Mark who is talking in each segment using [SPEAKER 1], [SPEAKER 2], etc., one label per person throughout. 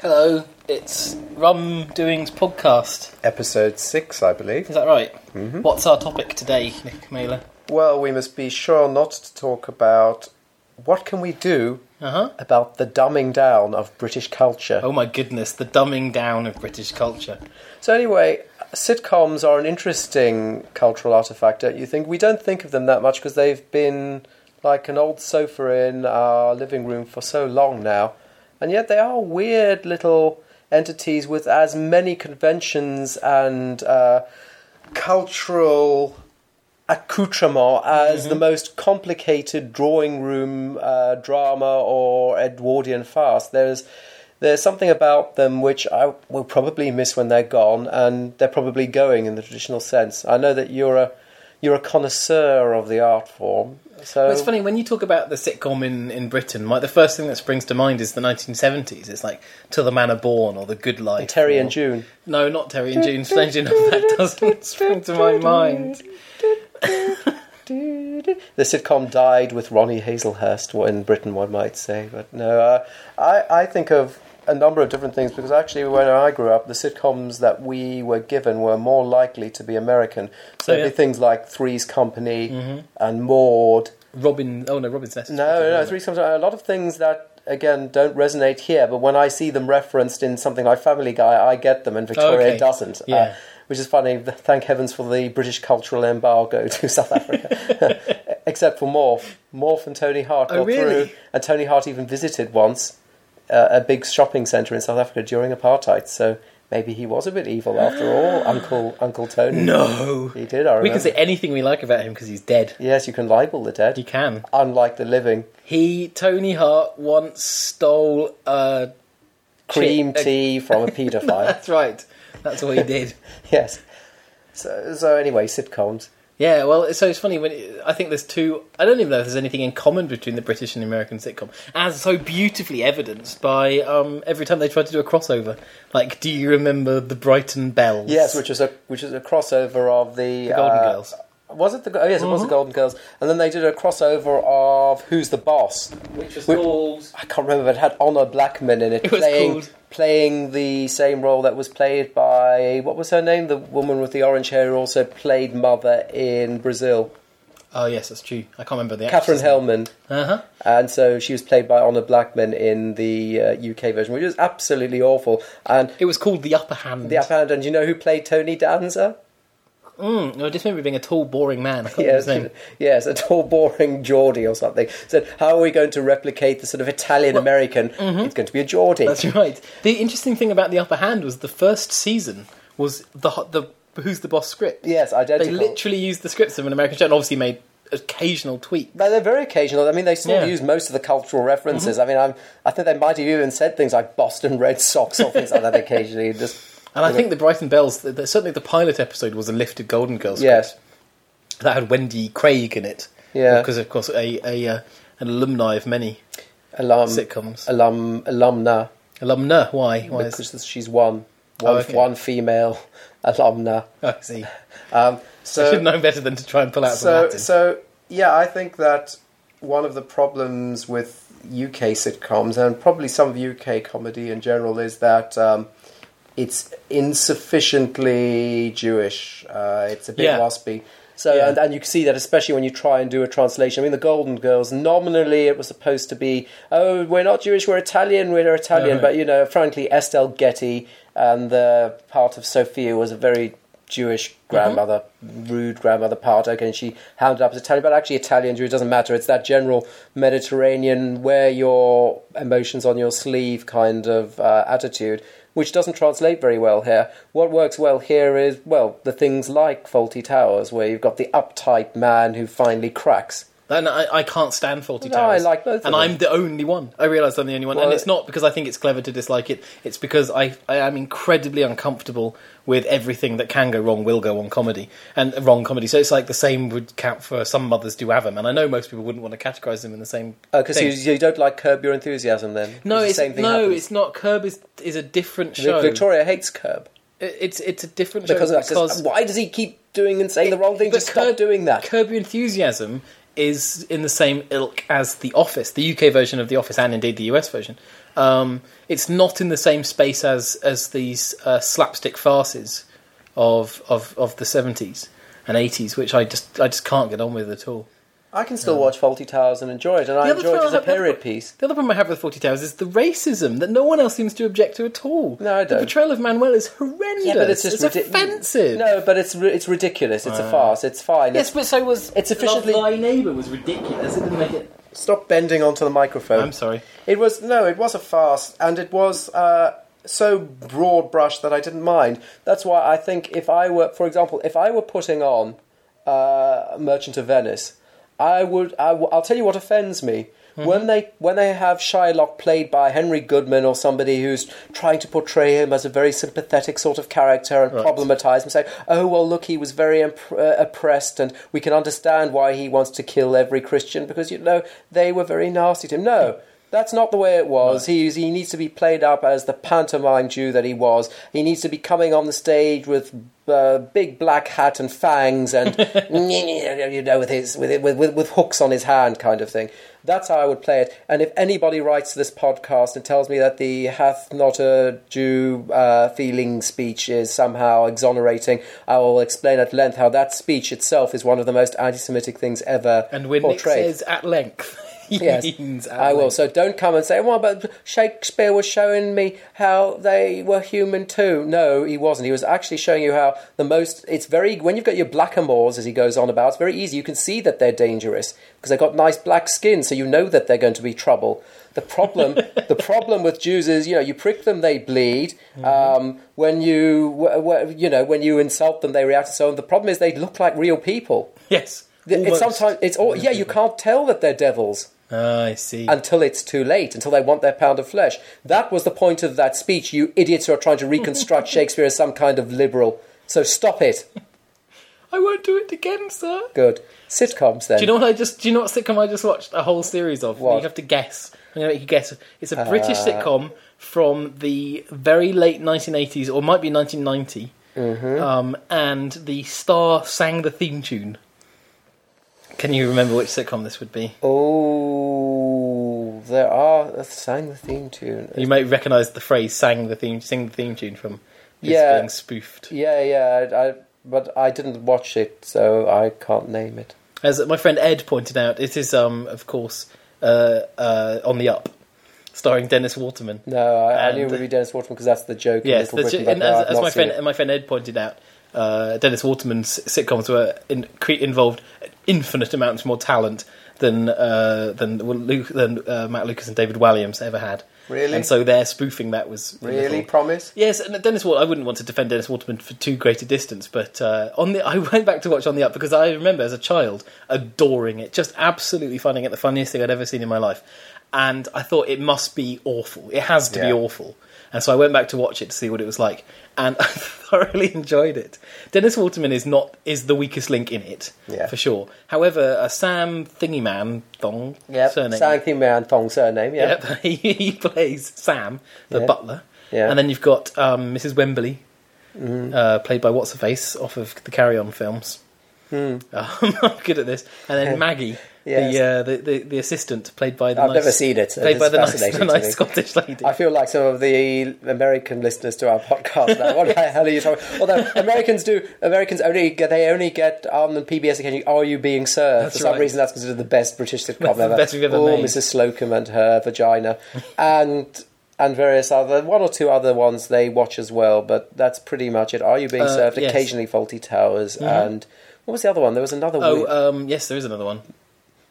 [SPEAKER 1] Hello, it's Rum Doings Podcast.
[SPEAKER 2] Episode 6, I believe.
[SPEAKER 1] Is that right?
[SPEAKER 2] Mm-hmm.
[SPEAKER 1] What's our topic today, Nick Mailer?
[SPEAKER 2] Well, we must be sure not to talk about what can we do
[SPEAKER 1] Uh huh.
[SPEAKER 2] about the dumbing down of British culture.
[SPEAKER 1] Oh my goodness, the dumbing down of British culture.
[SPEAKER 2] So anyway, sitcoms are an interesting cultural artifact, don't you think? We don't think of them that much because they've been like an old sofa in our living room for so long now. And yet they are weird little entities with as many conventions and uh, cultural accoutrement as
[SPEAKER 1] Mhm.
[SPEAKER 2] the most complicated drawing room uh, drama or Edwardian farce. There's there's something about them which I will probably miss when they're gone, and they're probably going in the traditional sense. I know that you're a you're a connoisseur of the art form, so
[SPEAKER 1] Well, it's funny when you talk about the sitcom in, in Britain. Like the first thing that springs to mind is the 1970s. It's like Till the Man Are Born or The Good Life.
[SPEAKER 2] Terry
[SPEAKER 1] or-
[SPEAKER 2] and June.
[SPEAKER 1] No, not Terry and June. Strangely enough, that doesn't spring to my mind.
[SPEAKER 2] The sitcom died with Ronnie Hazelhurst in Britain, one might say. But no, uh, I, I think of a number of different things because actually, when I grew up, the sitcoms that we were given were more likely to be American. So
[SPEAKER 1] Oh,
[SPEAKER 2] it'd
[SPEAKER 1] yeah.
[SPEAKER 2] be things like Three's Company and Maud.
[SPEAKER 1] Robin. Oh no, Robin's Nest. is
[SPEAKER 2] No,
[SPEAKER 1] Britain,
[SPEAKER 2] no,
[SPEAKER 1] isn't it?
[SPEAKER 2] Three's Company. A lot of things that, again, don't resonate here, but when I see them referenced in something like Family Guy, I get them, and Victoria
[SPEAKER 1] Okay.
[SPEAKER 2] doesn't. uh,
[SPEAKER 1] Yeah.
[SPEAKER 2] which is funny. Thank heavens for the British cultural embargo to South Africa, except for Morph. Morph and Tony Hart
[SPEAKER 1] Oh,
[SPEAKER 2] got
[SPEAKER 1] really?
[SPEAKER 2] through, and Tony Hart even visited once uh, a big shopping centre in South Africa during apartheid. So maybe he was a bit evil after all, Uncle Uncle Tony.
[SPEAKER 1] No.
[SPEAKER 2] he did. I remember.
[SPEAKER 1] We can say anything we like about him because he's dead.
[SPEAKER 2] yes, you can libel the dead,
[SPEAKER 1] You can.
[SPEAKER 2] unlike the living.
[SPEAKER 1] He, Tony Hart, once stole a
[SPEAKER 2] Cream
[SPEAKER 1] Shit, a-
[SPEAKER 2] tea from a paedophile.
[SPEAKER 1] That's right. That's what he did.
[SPEAKER 2] yes. So, so anyway, sitcoms.
[SPEAKER 1] Yeah, well, so it's funny when it, I think there's two. I don't even know if there's anything in common between the British and the American sitcom, as so beautifully evidenced by um, every time they tried to do a crossover. Like, do you remember the Brighton Bells?
[SPEAKER 2] Yes, which is a which is a crossover of the,
[SPEAKER 1] Golden
[SPEAKER 2] uh,
[SPEAKER 1] Girls. Mm-hmm.
[SPEAKER 2] Was it the? Oh, yes, it was the Golden Girls, and then they did a crossover of Who's the Boss.
[SPEAKER 1] which was
[SPEAKER 2] we-
[SPEAKER 1] called.
[SPEAKER 2] I can't remember, but it had Honor Blackman in it,
[SPEAKER 1] It was
[SPEAKER 2] playing
[SPEAKER 1] called-
[SPEAKER 2] playing the same role that was played by what was her name? The woman with the orange hair who also played Mother in Brazil,
[SPEAKER 1] Oh yes, that's true. I can't remember the
[SPEAKER 2] Catherine Hellman.
[SPEAKER 1] Uh huh.
[SPEAKER 2] And so she was played by Honor Blackman in the uh, UK version, which was absolutely awful. And
[SPEAKER 1] It was called the Upper Hand.
[SPEAKER 2] the upper hand, and you know who played Tony Danza?
[SPEAKER 1] Mm, no, I just remember being a tall, boring man. I can't remember
[SPEAKER 2] Yes,
[SPEAKER 1] his name.
[SPEAKER 2] yes, a tall, boring Geordie or something. So, how are we going to replicate the sort of Italian American? It's going to be a Geordie.
[SPEAKER 1] mm-hmm. That's right. The interesting thing about the Upper Hand was the first season was the ho- the Who's the Boss script.
[SPEAKER 2] Yes,
[SPEAKER 1] They
[SPEAKER 2] identical.
[SPEAKER 1] literally used the scripts of an American show and obviously made occasional tweaks.
[SPEAKER 2] but they're very occasional. I mean, they still
[SPEAKER 1] Yeah. Mm-hmm.
[SPEAKER 2] use most of the cultural references. I mean, I'm, I think they might have even said things like Boston Red Sox or things like that occasionally. Just
[SPEAKER 1] And I think the Brighton Bells, the, the, certainly the pilot episode was a lifted Golden Girls script
[SPEAKER 2] yes,
[SPEAKER 1] that had Wendy Craig in it.
[SPEAKER 2] Yeah.
[SPEAKER 1] Because, of course, a, a uh, an alumni of many
[SPEAKER 2] alum,
[SPEAKER 1] sitcoms.
[SPEAKER 2] alum, alumna,
[SPEAKER 1] Alumna, why? Why is,
[SPEAKER 2] because she's one,
[SPEAKER 1] Oh,
[SPEAKER 2] one-
[SPEAKER 1] okay.
[SPEAKER 2] one female alumna.
[SPEAKER 1] oh, I see.
[SPEAKER 2] Um,
[SPEAKER 1] I
[SPEAKER 2] so
[SPEAKER 1] should know better than to try and pull out some
[SPEAKER 2] so,
[SPEAKER 1] Latin.
[SPEAKER 2] so yeah, I think that one of the problems with UK sitcoms and probably some of UK comedy in general is that um, it's insufficiently Jewish. Uh, it's a bit
[SPEAKER 1] Yeah.
[SPEAKER 2] waspy. So,
[SPEAKER 1] Yeah.
[SPEAKER 2] and, and you can see that especially when you try and do a translation. I mean, the Golden Girls, nominally it was supposed to be, oh, we're not Jewish, we're Italian, we're Italian.
[SPEAKER 1] No.
[SPEAKER 2] But, you know, frankly, Estelle Getty and the part of Sophia was a very Jewish
[SPEAKER 1] Mm-hmm.
[SPEAKER 2] grandmother, rude grandmother part. Okay, and she hounded up as Italian, but actually Italian Jew, it doesn't matter. It's that general Mediterranean, wear your emotions on your sleeve kind of uh, attitude, which doesn't translate very well here. What works well here is, well, the things like Faulty Towers, where you've got the uptight man who finally cracks.
[SPEAKER 1] And I, I can't stand Faulty
[SPEAKER 2] No,
[SPEAKER 1] Towers.
[SPEAKER 2] I like both of
[SPEAKER 1] And
[SPEAKER 2] them.
[SPEAKER 1] I'm the only one. I realise I'm the only one. and
[SPEAKER 2] Well-
[SPEAKER 1] it's not because I think it's clever to dislike it. It's because I, I am incredibly uncomfortable with everything that can go wrong will go on comedy. And wrong comedy. So it's like the same would count for some mothers do have them. And I know most people wouldn't want to categorise them in the same
[SPEAKER 2] Because
[SPEAKER 1] thing.
[SPEAKER 2] Oh, Uh, you, you don't like Curb Your Enthusiasm then?
[SPEAKER 1] no,
[SPEAKER 2] It's
[SPEAKER 1] it's,
[SPEAKER 2] the same thing
[SPEAKER 1] no,
[SPEAKER 2] happens.
[SPEAKER 1] it's not. Curb is, is a different
[SPEAKER 2] Vi-
[SPEAKER 1] show.
[SPEAKER 2] Victoria hates Curb.
[SPEAKER 1] It- it's, it's a different show
[SPEAKER 2] Because, of that. Says, why does he keep doing and saying the wrong thing?
[SPEAKER 1] But
[SPEAKER 2] Just stop doing that.
[SPEAKER 1] Curb Your Enthusiasm is in the same ilk as The Office, the UK version of The Office, and indeed the US version, Um, it's not in the same space as as these uh, slapstick farces of of of the seventies and eighties, which I just I just can't get on with at all.
[SPEAKER 2] I can still watch Faulty Towers and enjoy it, and I
[SPEAKER 1] The other
[SPEAKER 2] enjoy it
[SPEAKER 1] problem
[SPEAKER 2] as a
[SPEAKER 1] I have-
[SPEAKER 2] period piece.
[SPEAKER 1] The other problem I have with Forty Towers is the racism that no one else seems to object to at all.
[SPEAKER 2] No, I
[SPEAKER 1] The
[SPEAKER 2] don't.
[SPEAKER 1] portrayal of Manuel is horrendous.
[SPEAKER 2] Yeah, but it's Uh, just ridic-
[SPEAKER 1] offensive.
[SPEAKER 2] No, but it's ri- it's ridiculous. It's a farce. It's fine.
[SPEAKER 1] Yes, but so was
[SPEAKER 2] It's efficiently-
[SPEAKER 1] Love Thy Neighbour was ridiculous. It didn't make it.
[SPEAKER 2] It's, stop bending onto the microphone.
[SPEAKER 1] I'm sorry.
[SPEAKER 2] It was no, it was a farce, and it was uh, so broad brush that I didn't mind. That's why I think if I were, for example, if I were putting on uh, Merchant of Venice, I would. I w- I'll tell you what offends me. When they when they have Shylock played by Henry Goodman or somebody who's trying to portray him as a very sympathetic sort of character and problematize him, say, "Oh well, look, he was very imp- uh, oppressed, and we can understand why he wants to kill every Christian because you know they were very nasty to him." No, that's not the way it was. He's, he needs to be played up as the pantomime Jew that he was. He needs to be coming on the stage with uh, big black hat and fangs and you know with his with, with with with hooks on his hand kind of thing. That's how I would play it. And if anybody writes this podcast and tells me that the "hath not a Jew" uh, feeling speech is somehow exonerating, I will explain at length how that speech itself is one of the most anti-Semitic things ever
[SPEAKER 1] And when
[SPEAKER 2] portrayed.
[SPEAKER 1] Nick says at length, he means
[SPEAKER 2] Yes,
[SPEAKER 1] at
[SPEAKER 2] I will.
[SPEAKER 1] length.
[SPEAKER 2] So don't come and say, "Well, but Shakespeare was showing me how they were human too." No, he wasn't. He was actually showing you how the most. It's very when you've got your blackamoors, as he goes on about. It's very easy. You can see that they're dangerous because they've got nice black skin, so you know that they're going to be trouble. The problem, the problem with Jews is, you know, you prick them, they bleed.
[SPEAKER 1] Mm-hmm.
[SPEAKER 2] Um, when you, w- w- you know, when you insult them, they react and so on. The problem is they look like real people.
[SPEAKER 1] Yes.
[SPEAKER 2] It's
[SPEAKER 1] Almost.
[SPEAKER 2] sometimes it's all yeah. You can't tell that they're devils
[SPEAKER 1] Ah, I see.
[SPEAKER 2] until it's too late, until they want their pound of flesh. That was the point of that speech, you idiots who are trying to reconstruct Shakespeare as some kind of liberal. So stop it.
[SPEAKER 1] I won't do it again, sir.
[SPEAKER 2] Good. Sitcoms then.
[SPEAKER 1] Do you know what I just? Do you know what sitcom I just watched a whole series of?
[SPEAKER 2] What? Uh,
[SPEAKER 1] You have to guess. I'm gonna make you guess. It's a British sitcom from the very late 1980s, or might be 1990.
[SPEAKER 2] Mm-hmm.
[SPEAKER 1] Um, and the star sang the theme tune. Can you remember which sitcom this would be?
[SPEAKER 2] oh, there are. that Sang the theme tune.
[SPEAKER 1] You might recognise the phrase "sang the theme, sing the theme tune" from this
[SPEAKER 2] Yeah.
[SPEAKER 1] being spoofed.
[SPEAKER 2] Yeah, yeah. I, I, but I didn't watch it, so I can't name it.
[SPEAKER 1] As my friend Ed pointed out, it is, um, of course, uh, uh, on the up, starring Dennis Waterman.
[SPEAKER 2] No, I, I knew it
[SPEAKER 1] And-
[SPEAKER 2] would be Dennis Waterman because that's the joke. in
[SPEAKER 1] Yes,
[SPEAKER 2] Little
[SPEAKER 1] the,
[SPEAKER 2] Britain,
[SPEAKER 1] and
[SPEAKER 2] but no,
[SPEAKER 1] as,
[SPEAKER 2] I've
[SPEAKER 1] as
[SPEAKER 2] not
[SPEAKER 1] my
[SPEAKER 2] seen
[SPEAKER 1] friend
[SPEAKER 2] it.
[SPEAKER 1] my friend Ed pointed out, uh, Dennis Waterman's sitcoms were in, cre- involved infinite amounts more talent than uh, than Luke, than uh, Matt Lucas and David Walliams ever had.
[SPEAKER 2] Really?
[SPEAKER 1] and so their spoofing that was a
[SPEAKER 2] Really,
[SPEAKER 1] little-
[SPEAKER 2] promise.
[SPEAKER 1] Yes, and Dennis Waterman. I wouldn't want to defend Dennis Waterman for too great a distance, but uh, on the I went back to watch on the up because I remember as a child adoring it, just absolutely finding it the funniest thing I'd ever seen in my life, and I thought it must be awful. It has to be
[SPEAKER 2] Yeah.
[SPEAKER 1] awful, and so I went back to watch it to see what it was like, and I thoroughly enjoyed it. Dennis Waterman is not is the weakest link in it
[SPEAKER 2] Yeah.
[SPEAKER 1] for sure. However, uh, Sam Thingy Man Thong
[SPEAKER 2] Yep.
[SPEAKER 1] surname
[SPEAKER 2] Sang theme man, Thong surname. Yeah.
[SPEAKER 1] Yep, he, he plays Sam, the
[SPEAKER 2] Yeah.
[SPEAKER 1] butler.
[SPEAKER 2] Yeah. Mm-hmm.
[SPEAKER 1] And then you've got um, Mrs. Wembley, uh, played by What's Her Face off of the Carry On films. Um, I'm good at this. And then Maggie,
[SPEAKER 2] Hmm. Yes.
[SPEAKER 1] the, uh, the, the the assistant, played by the
[SPEAKER 2] I've
[SPEAKER 1] nice,
[SPEAKER 2] never seen it, so
[SPEAKER 1] played
[SPEAKER 2] this
[SPEAKER 1] by
[SPEAKER 2] is
[SPEAKER 1] the nice,
[SPEAKER 2] fascinating
[SPEAKER 1] the
[SPEAKER 2] to
[SPEAKER 1] nice
[SPEAKER 2] me.
[SPEAKER 1] Scottish lady.
[SPEAKER 2] I feel like some of the American listeners to our podcast now. What the hell are you talking? Although Americans do, Americans only get they only get on the PBS occasion. Are you being served?
[SPEAKER 1] That's
[SPEAKER 2] For some
[SPEAKER 1] right.
[SPEAKER 2] reason, that's considered the best British sitcom
[SPEAKER 1] That's the
[SPEAKER 2] ever.
[SPEAKER 1] best we've ever
[SPEAKER 2] Or
[SPEAKER 1] made.
[SPEAKER 2] Mrs. Slocum and her vagina, and and various other one or two other ones they watch as well. But that's pretty much it. Are you being
[SPEAKER 1] Uh,
[SPEAKER 2] served?
[SPEAKER 1] yes. Mm-hmm.
[SPEAKER 2] Occasionally, Faulty Towers and. What was the other one? There was another one.
[SPEAKER 1] oh, um, yes, there is another one.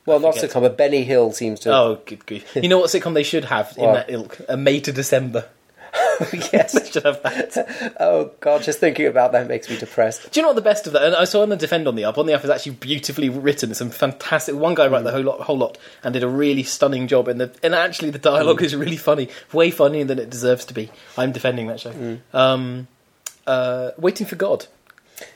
[SPEAKER 2] well, not
[SPEAKER 1] forget.
[SPEAKER 2] sitcom, but Benny Hill seems to.
[SPEAKER 1] Oh, good grief. You know what sitcom they should have in
[SPEAKER 2] What?
[SPEAKER 1] that ilk? A May to December.
[SPEAKER 2] yes.
[SPEAKER 1] They should have that.
[SPEAKER 2] Oh God, just thinking about that makes me depressed.
[SPEAKER 1] Do you know what the best of that? And I saw on the defend on the up. On the up is actually beautifully written. Some fantastic. One guy wrote the whole lot, whole lot, and did a really stunning job. And the and actually the dialogue
[SPEAKER 2] Mm.
[SPEAKER 1] is really funny, way funnier than it deserves to be. I'm defending that show.
[SPEAKER 2] Mm.
[SPEAKER 1] Um, uh, Waiting for God.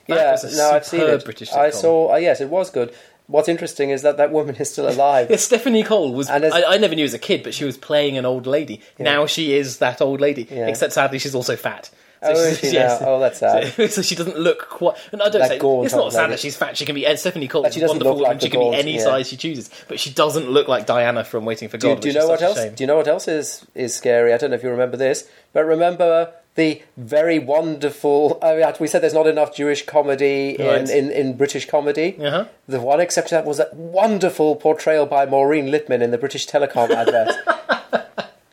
[SPEAKER 1] That
[SPEAKER 2] yeah,
[SPEAKER 1] was a
[SPEAKER 2] no, I've seen
[SPEAKER 1] superb
[SPEAKER 2] it.
[SPEAKER 1] British
[SPEAKER 2] I
[SPEAKER 1] sitcom.
[SPEAKER 2] saw. Uh, yes, it was good. What's interesting is that that woman is still alive.
[SPEAKER 1] Yeah, Stephanie Cole was.
[SPEAKER 2] And as-
[SPEAKER 1] I, I never knew as a kid, but she was playing an old lady. Now she is that old lady,
[SPEAKER 2] Yeah.
[SPEAKER 1] except sadly she's also fat. So
[SPEAKER 2] Oh, is
[SPEAKER 1] she's-
[SPEAKER 2] she now? Oh, that's sad.
[SPEAKER 1] So, so she doesn't look quite. And I don't
[SPEAKER 2] That
[SPEAKER 1] say
[SPEAKER 2] gaunt
[SPEAKER 1] it's not
[SPEAKER 2] old
[SPEAKER 1] sad
[SPEAKER 2] lady.
[SPEAKER 1] that she's fat. She can be and Stephanie Cole.
[SPEAKER 2] That she
[SPEAKER 1] She
[SPEAKER 2] doesn't
[SPEAKER 1] wonderful
[SPEAKER 2] look like
[SPEAKER 1] woman. She
[SPEAKER 2] a
[SPEAKER 1] can
[SPEAKER 2] gaunt,
[SPEAKER 1] be any
[SPEAKER 2] yeah.
[SPEAKER 1] size she chooses, but she doesn't look like Diana from Waiting for
[SPEAKER 2] Do,
[SPEAKER 1] God.
[SPEAKER 2] do you
[SPEAKER 1] which is
[SPEAKER 2] know what
[SPEAKER 1] such a
[SPEAKER 2] else?
[SPEAKER 1] shame.
[SPEAKER 2] Do you know what else is is scary? I don't know if you remember this, but remember the very wonderful. I mean, we said there's not enough Jewish comedy
[SPEAKER 1] Right.
[SPEAKER 2] in, in, in British comedy.
[SPEAKER 1] Uh-huh.
[SPEAKER 2] The one exception to that was that wonderful portrayal by Maureen Lipman in the British Telecom advert.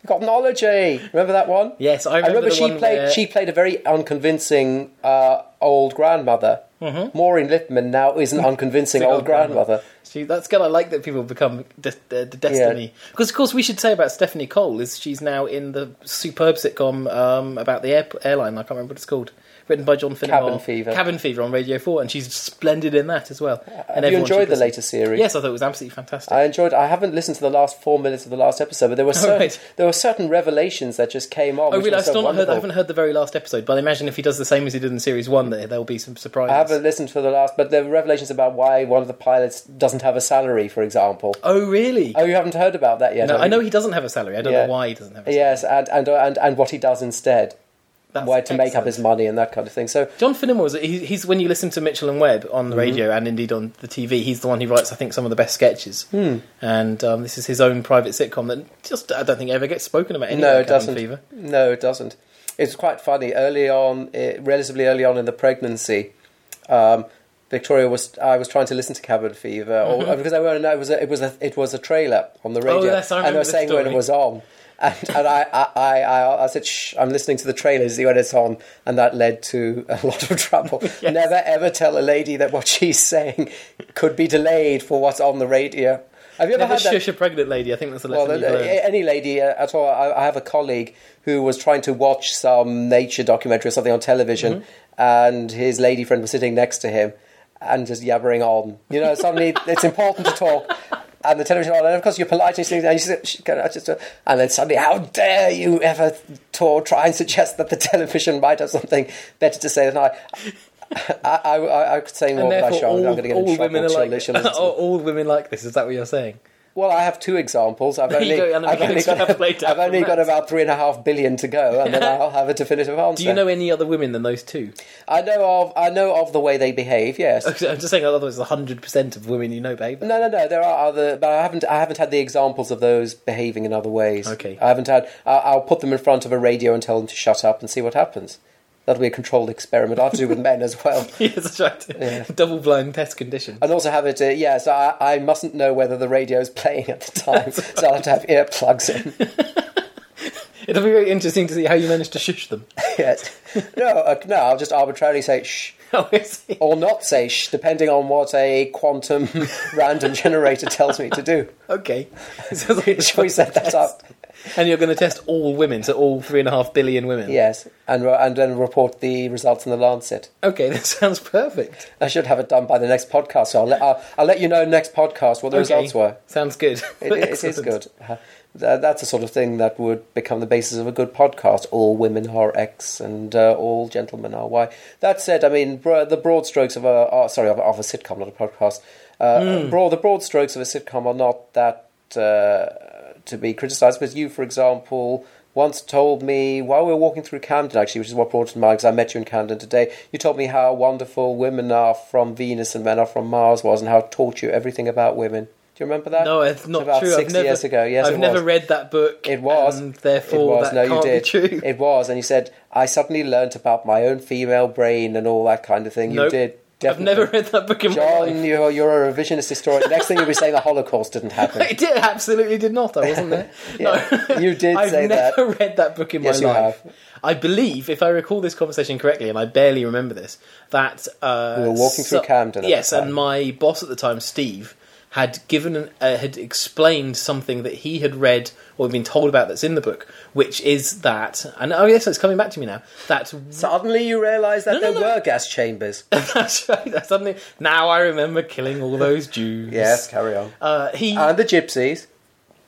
[SPEAKER 2] Cognology. Remember that one?
[SPEAKER 1] Yes, I remember the
[SPEAKER 2] she
[SPEAKER 1] one
[SPEAKER 2] played
[SPEAKER 1] where-
[SPEAKER 2] she played a very unconvincing uh, old grandmother.
[SPEAKER 1] Mm-hmm.
[SPEAKER 2] Maureen Lipman now is an unconvincing
[SPEAKER 1] Big
[SPEAKER 2] old grandmother.
[SPEAKER 1] See, that's good. I like that people become de- de- de- Destiny. Because, of course, we should say about Stephanie Cole is she's now in the superb sitcom um, about the air- airline. I can't remember what it's called. Written by John Finnemore.
[SPEAKER 2] Cabin Fever.
[SPEAKER 1] Cabin Fever on Radio 4, and she's splendid in that as well. and
[SPEAKER 2] Have you
[SPEAKER 1] everyone should
[SPEAKER 2] enjoyed the
[SPEAKER 1] listen.
[SPEAKER 2] latest series?
[SPEAKER 1] Yes, I thought it was absolutely fantastic.
[SPEAKER 2] I enjoyed. I haven't listened to the last four minutes of the last episode, but there were certain,
[SPEAKER 1] Oh, right.
[SPEAKER 2] there were certain revelations that just came on.
[SPEAKER 1] I
[SPEAKER 2] which were
[SPEAKER 1] realize I've
[SPEAKER 2] so
[SPEAKER 1] still not heard, I
[SPEAKER 2] wonderful.
[SPEAKER 1] haven't heard the very last episode, but I imagine if he does the same as he did in series one, there there will be some surprises.
[SPEAKER 2] I haven't listened to the last, but there were revelations about why one of the pilots doesn't have a salary, for example.
[SPEAKER 1] Oh, really?
[SPEAKER 2] Oh, you haven't heard about that yet?
[SPEAKER 1] no,
[SPEAKER 2] have
[SPEAKER 1] I
[SPEAKER 2] you?
[SPEAKER 1] know he doesn't have a salary. I don't
[SPEAKER 2] Yeah.
[SPEAKER 1] know why he doesn't have. a salary.
[SPEAKER 2] Yes, and and and, and what he does instead,
[SPEAKER 1] That's
[SPEAKER 2] why to make
[SPEAKER 1] excellent.
[SPEAKER 2] up his money and that kind of thing. So
[SPEAKER 1] John Finnemore, is- he, he's when you listen to Mitchell and Webb on
[SPEAKER 2] Mm-hmm.
[SPEAKER 1] the radio and indeed on the TV, he's the one who writes, I think, some of the best sketches.
[SPEAKER 2] Hmm.
[SPEAKER 1] And um, this is his own private sitcom that just I don't think ever gets spoken about. Anyway,
[SPEAKER 2] no, it
[SPEAKER 1] Cabin
[SPEAKER 2] doesn't.
[SPEAKER 1] Fever.
[SPEAKER 2] No, it doesn't. It's quite funny. Early on, eh, relatively early on in the pregnancy, um, Victoria was. I was trying to listen to Cabin Fever, or, because I won't know it was a, it was a, it was a trailer on the radio,
[SPEAKER 1] Mm-hmm. Oh, yes, I
[SPEAKER 2] and
[SPEAKER 1] remember
[SPEAKER 2] was
[SPEAKER 1] this
[SPEAKER 2] saying when it
[SPEAKER 1] story.
[SPEAKER 2] was on. And, and I, I, I, I, I said, Shh, I'm listening to the trailers when it's on, and that led to a lot of trouble. Never ever tell a lady that what she's saying could be delayed for what's on the radio. Have you ever
[SPEAKER 1] Never
[SPEAKER 2] had that?
[SPEAKER 1] shush a pregnant lady. I think that's the lesson
[SPEAKER 2] Well,
[SPEAKER 1] you've
[SPEAKER 2] uh,
[SPEAKER 1] learned.
[SPEAKER 2] any lady uh, at all. I, I have a colleague who was trying to watch some nature documentary or something on television,
[SPEAKER 1] Mm-hmm.
[SPEAKER 2] and his lady friend was sitting next to him and just yabbering on. You know, suddenly it's important to talk. And the television on, and of course you're polite and, you sit- she- I just, uh, and then suddenly, how dare you ever to try and suggest that the television might have something better to say than I? I, I, I, I could say more,
[SPEAKER 1] And
[SPEAKER 2] but I
[SPEAKER 1] therefore,
[SPEAKER 2] shan't. I'm
[SPEAKER 1] all,
[SPEAKER 2] going to get in
[SPEAKER 1] all
[SPEAKER 2] trouble.
[SPEAKER 1] women are
[SPEAKER 2] She'll-
[SPEAKER 1] like Oh,
[SPEAKER 2] she'll listen to
[SPEAKER 1] all, all women like this. Is that what you're saying?
[SPEAKER 2] well, I have two examples. I've
[SPEAKER 1] There you
[SPEAKER 2] only,
[SPEAKER 1] go, and then we
[SPEAKER 2] I've
[SPEAKER 1] can
[SPEAKER 2] only, got,
[SPEAKER 1] extrapolate out
[SPEAKER 2] I've
[SPEAKER 1] from
[SPEAKER 2] only got
[SPEAKER 1] that.
[SPEAKER 2] about three and a half billion to go, and then I'll have a definitive answer.
[SPEAKER 1] Do you know any other women than those two?
[SPEAKER 2] I know of I know of the way they behave. Yes.
[SPEAKER 1] I'm just saying. Otherwise, hundred percent of women you know, babe.
[SPEAKER 2] No, no, no. There are other, but I haven't. I haven't had the examples of those behaving in other ways.
[SPEAKER 1] Okay.
[SPEAKER 2] I haven't had. I, I'll put them in front of a radio and tell them to shut up and see what happens. That'll be a controlled experiment. I have to do with men as well.
[SPEAKER 1] yes, right. Double blind test condition.
[SPEAKER 2] And also have it, uh, yeah, so I, I mustn't know whether the radio's playing at the time, so I'll have to have earplugs in.
[SPEAKER 1] It'll be very interesting to see how you manage to shush them.
[SPEAKER 2] yes. No, uh, no, I'll just arbitrarily say, shh,
[SPEAKER 1] Oh, I see.
[SPEAKER 2] or not say shh, depending on what a quantum random generator tells me to do.
[SPEAKER 1] Okay. Sounds like a
[SPEAKER 2] Shall we set that up?
[SPEAKER 1] And you're going to test all women, so all three and a half billion women.
[SPEAKER 2] Yes, and re- and then report the results in the Lancet.
[SPEAKER 1] Okay, that sounds perfect.
[SPEAKER 2] I should have it done by the next podcast. So I'll let I'll, I'll let you know next podcast what the
[SPEAKER 1] Okay.
[SPEAKER 2] results were.
[SPEAKER 1] Sounds good.
[SPEAKER 2] It, it is
[SPEAKER 1] Excellent.
[SPEAKER 2] good. Uh, th- That's the sort of thing that would become the basis of a good podcast. All women are X, and uh, all gentlemen are Y. That said, I mean bro, the broad strokes of a uh, sorry of, of a sitcom, not a podcast. Uh, broad, the broad strokes of a sitcom are not that uh, to be criticised. But you, for example. Once told me while we were walking through Camden, actually, which is what brought it to mind because I met you in Camden today. You told me how wonderful women are from Venus and men are from Mars was, and how it taught you everything about women. Do you remember that?
[SPEAKER 1] No, it's not
[SPEAKER 2] about
[SPEAKER 1] true.
[SPEAKER 2] Six
[SPEAKER 1] I've never,
[SPEAKER 2] years ago, yes,
[SPEAKER 1] I've
[SPEAKER 2] it
[SPEAKER 1] never
[SPEAKER 2] was.
[SPEAKER 1] read that book.
[SPEAKER 2] It was.
[SPEAKER 1] And therefore,
[SPEAKER 2] it was.
[SPEAKER 1] that
[SPEAKER 2] no, you
[SPEAKER 1] can't
[SPEAKER 2] did.
[SPEAKER 1] be true.
[SPEAKER 2] It was, and you said I suddenly learnt about my own female brain and all that kind of thing. You
[SPEAKER 1] Nope.
[SPEAKER 2] did.
[SPEAKER 1] I've
[SPEAKER 2] Definitely.
[SPEAKER 1] never read that book in my
[SPEAKER 2] John,
[SPEAKER 1] life.
[SPEAKER 2] you're you're a revisionist historian. Next thing you'll be saying the Holocaust didn't happen.
[SPEAKER 1] It did, absolutely did not. I wasn't there.
[SPEAKER 2] Yeah,
[SPEAKER 1] no,
[SPEAKER 2] you did
[SPEAKER 1] I've
[SPEAKER 2] say that.
[SPEAKER 1] never read that book in
[SPEAKER 2] Yes, you
[SPEAKER 1] my life. I believe, if I recall this conversation correctly, and I barely remember this, that uh,
[SPEAKER 2] We were walking through Camden at the
[SPEAKER 1] yes,
[SPEAKER 2] time.
[SPEAKER 1] and my boss at the time, Steve, had given an, uh, had explained something that he had read or been told about that's in the book, which is that, and oh yes, it's coming back to me now. That
[SPEAKER 2] Suddenly you realise that
[SPEAKER 1] no,
[SPEAKER 2] there were gas chambers.
[SPEAKER 1] that's right, that's something. Now I remember killing all those Jews.
[SPEAKER 2] yes, carry on.
[SPEAKER 1] uh, he.
[SPEAKER 2] And the gypsies.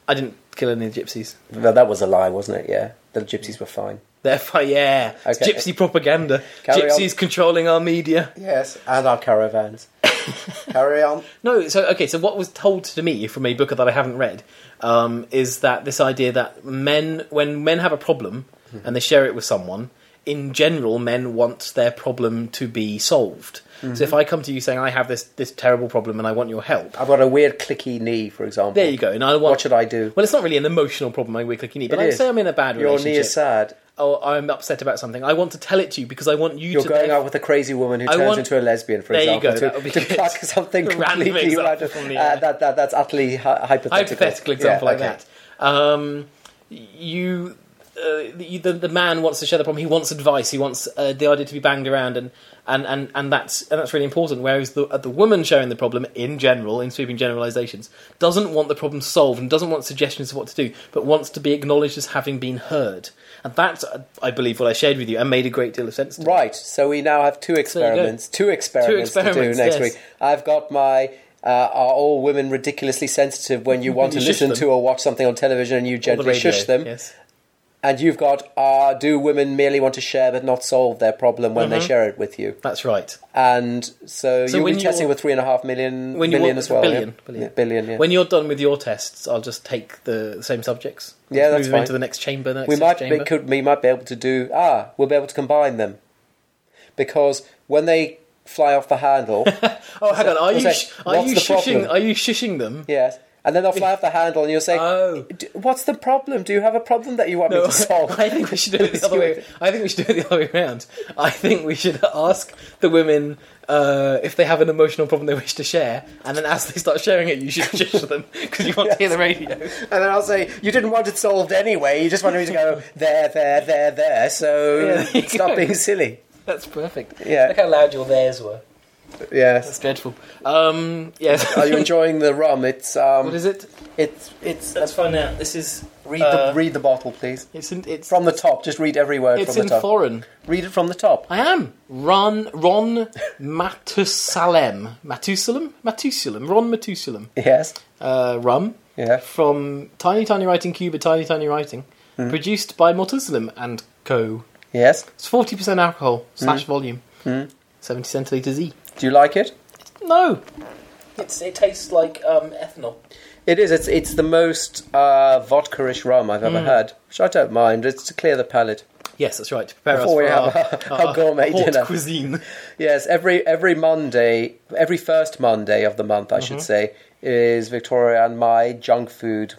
[SPEAKER 1] I didn't kill any of the gypsies.
[SPEAKER 2] Well, that was a lie, wasn't it? Yeah, the gypsies were fine.
[SPEAKER 1] Therefore, yeah, it's
[SPEAKER 2] Okay.
[SPEAKER 1] gypsy propaganda.
[SPEAKER 2] Carry on.
[SPEAKER 1] Gypsies controlling our media.
[SPEAKER 2] Yes, and our caravans. carry on.
[SPEAKER 1] No, so okay, so what was told to me from a book that I haven't read um, is that this idea that men, when men have a problem and they share it with someone, in general, men want their problem to be solved. So if I come to you saying I have this this terrible problem and I want your help,
[SPEAKER 2] I've got a weird clicky knee, for example.
[SPEAKER 1] there you go. And I want
[SPEAKER 2] What should I do?
[SPEAKER 1] Well, it's not really an emotional problem. I weak looking knee, but
[SPEAKER 2] It
[SPEAKER 1] I
[SPEAKER 2] is.
[SPEAKER 1] say I'm in a bad
[SPEAKER 2] Your
[SPEAKER 1] relationship.
[SPEAKER 2] knee is sad.
[SPEAKER 1] or I'm upset about something. I want to tell it to you because I want you
[SPEAKER 2] You're
[SPEAKER 1] to.
[SPEAKER 2] going
[SPEAKER 1] then-
[SPEAKER 2] out with a crazy woman who
[SPEAKER 1] I
[SPEAKER 2] turns
[SPEAKER 1] want-
[SPEAKER 2] into a lesbian, for
[SPEAKER 1] There you
[SPEAKER 2] example,
[SPEAKER 1] go,
[SPEAKER 2] to,
[SPEAKER 1] that would be
[SPEAKER 2] to
[SPEAKER 1] good.
[SPEAKER 2] pluck something
[SPEAKER 1] Random
[SPEAKER 2] completely
[SPEAKER 1] example
[SPEAKER 2] random.
[SPEAKER 1] from the
[SPEAKER 2] uh,
[SPEAKER 1] air.
[SPEAKER 2] that, that, that's utterly hy- hypothetical.
[SPEAKER 1] hypothetical example
[SPEAKER 2] Yeah,
[SPEAKER 1] like
[SPEAKER 2] okay.
[SPEAKER 1] that. Um, you, uh, you the, the man wants to share the problem. He wants advice. He wants uh, the idea to be banged around, and and, and, and that's and that's really important. Whereas the uh, the woman sharing the problem in general, in sweeping generalizations, doesn't want the problem solved and doesn't want suggestions of what to do, but wants to be acknowledged as having been heard. And that's, uh, I believe, what I shared with you, and made a great deal of sense to me.
[SPEAKER 2] Right, so we now have two
[SPEAKER 1] you go.
[SPEAKER 2] experiments, two experiments, to
[SPEAKER 1] experiments,
[SPEAKER 2] do next
[SPEAKER 1] yes.
[SPEAKER 2] week. I've got my uh, are all women ridiculously sensitive when you want
[SPEAKER 1] You
[SPEAKER 2] to
[SPEAKER 1] shush
[SPEAKER 2] listen
[SPEAKER 1] them.
[SPEAKER 2] to or watch something on television and you
[SPEAKER 1] On the
[SPEAKER 2] gently
[SPEAKER 1] radio,
[SPEAKER 2] shush them?
[SPEAKER 1] Yes.
[SPEAKER 2] And you've got uh, do women merely want to share but not solve their problem when they share it with you?
[SPEAKER 1] That's right.
[SPEAKER 2] And so,
[SPEAKER 1] Mm-hmm. So
[SPEAKER 2] you'll
[SPEAKER 1] when
[SPEAKER 2] be
[SPEAKER 1] you
[SPEAKER 2] testing
[SPEAKER 1] want-
[SPEAKER 2] with three and a half million
[SPEAKER 1] When you
[SPEAKER 2] billion
[SPEAKER 1] want
[SPEAKER 2] as well. yeah?
[SPEAKER 1] billion, billion.
[SPEAKER 2] Yeah, billion, yeah.
[SPEAKER 1] When you're done with your tests, I'll just take the same subjects.
[SPEAKER 2] Yeah,
[SPEAKER 1] Just
[SPEAKER 2] that's
[SPEAKER 1] move them
[SPEAKER 2] fine.
[SPEAKER 1] into the next chamber. Next
[SPEAKER 2] we might be,
[SPEAKER 1] chamber.
[SPEAKER 2] could, we might be able to do ah we'll be able to combine them because when they fly off the handle
[SPEAKER 1] oh, hang on. Are
[SPEAKER 2] What's
[SPEAKER 1] you
[SPEAKER 2] that?
[SPEAKER 1] sh- are
[SPEAKER 2] What's
[SPEAKER 1] you
[SPEAKER 2] the
[SPEAKER 1] shushing?
[SPEAKER 2] problem?
[SPEAKER 1] Are you shushing them?
[SPEAKER 2] yes and then they'll fly off the handle and you'll say
[SPEAKER 1] Oh.
[SPEAKER 2] "D- what's the problem do you have a problem that you want me to solve
[SPEAKER 1] I think we should do it the other way. I think we should do it the other way around. I think we should ask the women uh, if they have an emotional problem they wish to share, and then as they start sharing it, you should shush them because you want to hear the radio.
[SPEAKER 2] and then I'll say you didn't want it solved anyway you just wanted me to go there there there there so
[SPEAKER 1] Yeah, there you
[SPEAKER 2] stop
[SPEAKER 1] go.
[SPEAKER 2] being silly
[SPEAKER 1] That's perfect.
[SPEAKER 2] Yeah.
[SPEAKER 1] Look how loud your theirs were.
[SPEAKER 2] yes
[SPEAKER 1] That's dreadful. Um. Yes.
[SPEAKER 2] are you enjoying the rum it's um
[SPEAKER 1] what is it?
[SPEAKER 2] it's it's
[SPEAKER 1] Let's find out. This is
[SPEAKER 2] read,
[SPEAKER 1] uh,
[SPEAKER 2] the, read the bottle please
[SPEAKER 1] It's in, it's
[SPEAKER 2] from the top just read every word
[SPEAKER 1] it's
[SPEAKER 2] from
[SPEAKER 1] in
[SPEAKER 2] the top
[SPEAKER 1] foreign.
[SPEAKER 2] read it from the top
[SPEAKER 1] I am Ron Ron Matusalem Matusalem Matusalem Ron Matusalem
[SPEAKER 2] yes
[SPEAKER 1] uh, rum
[SPEAKER 2] Yeah.
[SPEAKER 1] from Tiny Tiny Writing Cuba Tiny Tiny Writing
[SPEAKER 2] Mm.
[SPEAKER 1] produced by Matusalem and Co.
[SPEAKER 2] Yes.
[SPEAKER 1] It's forty percent alcohol
[SPEAKER 2] Mm.
[SPEAKER 1] slash volume seventy centiliters e.
[SPEAKER 2] Do you like it?
[SPEAKER 1] No, it's it tastes like um, ethanol.
[SPEAKER 2] It is. It's it's the most uh, vodka-ish rum I've
[SPEAKER 1] Mm.
[SPEAKER 2] ever had, which I don't mind. It's to clear the palate.
[SPEAKER 1] Yes, that's right. to Prepare
[SPEAKER 2] Before we
[SPEAKER 1] us for
[SPEAKER 2] have
[SPEAKER 1] our,
[SPEAKER 2] our gourmet
[SPEAKER 1] haute
[SPEAKER 2] dinner.
[SPEAKER 1] cuisine.
[SPEAKER 2] Yes. Every every Monday, every first Monday of the month, I should
[SPEAKER 1] Mm-hmm.
[SPEAKER 2] say, is Victoria and my junk food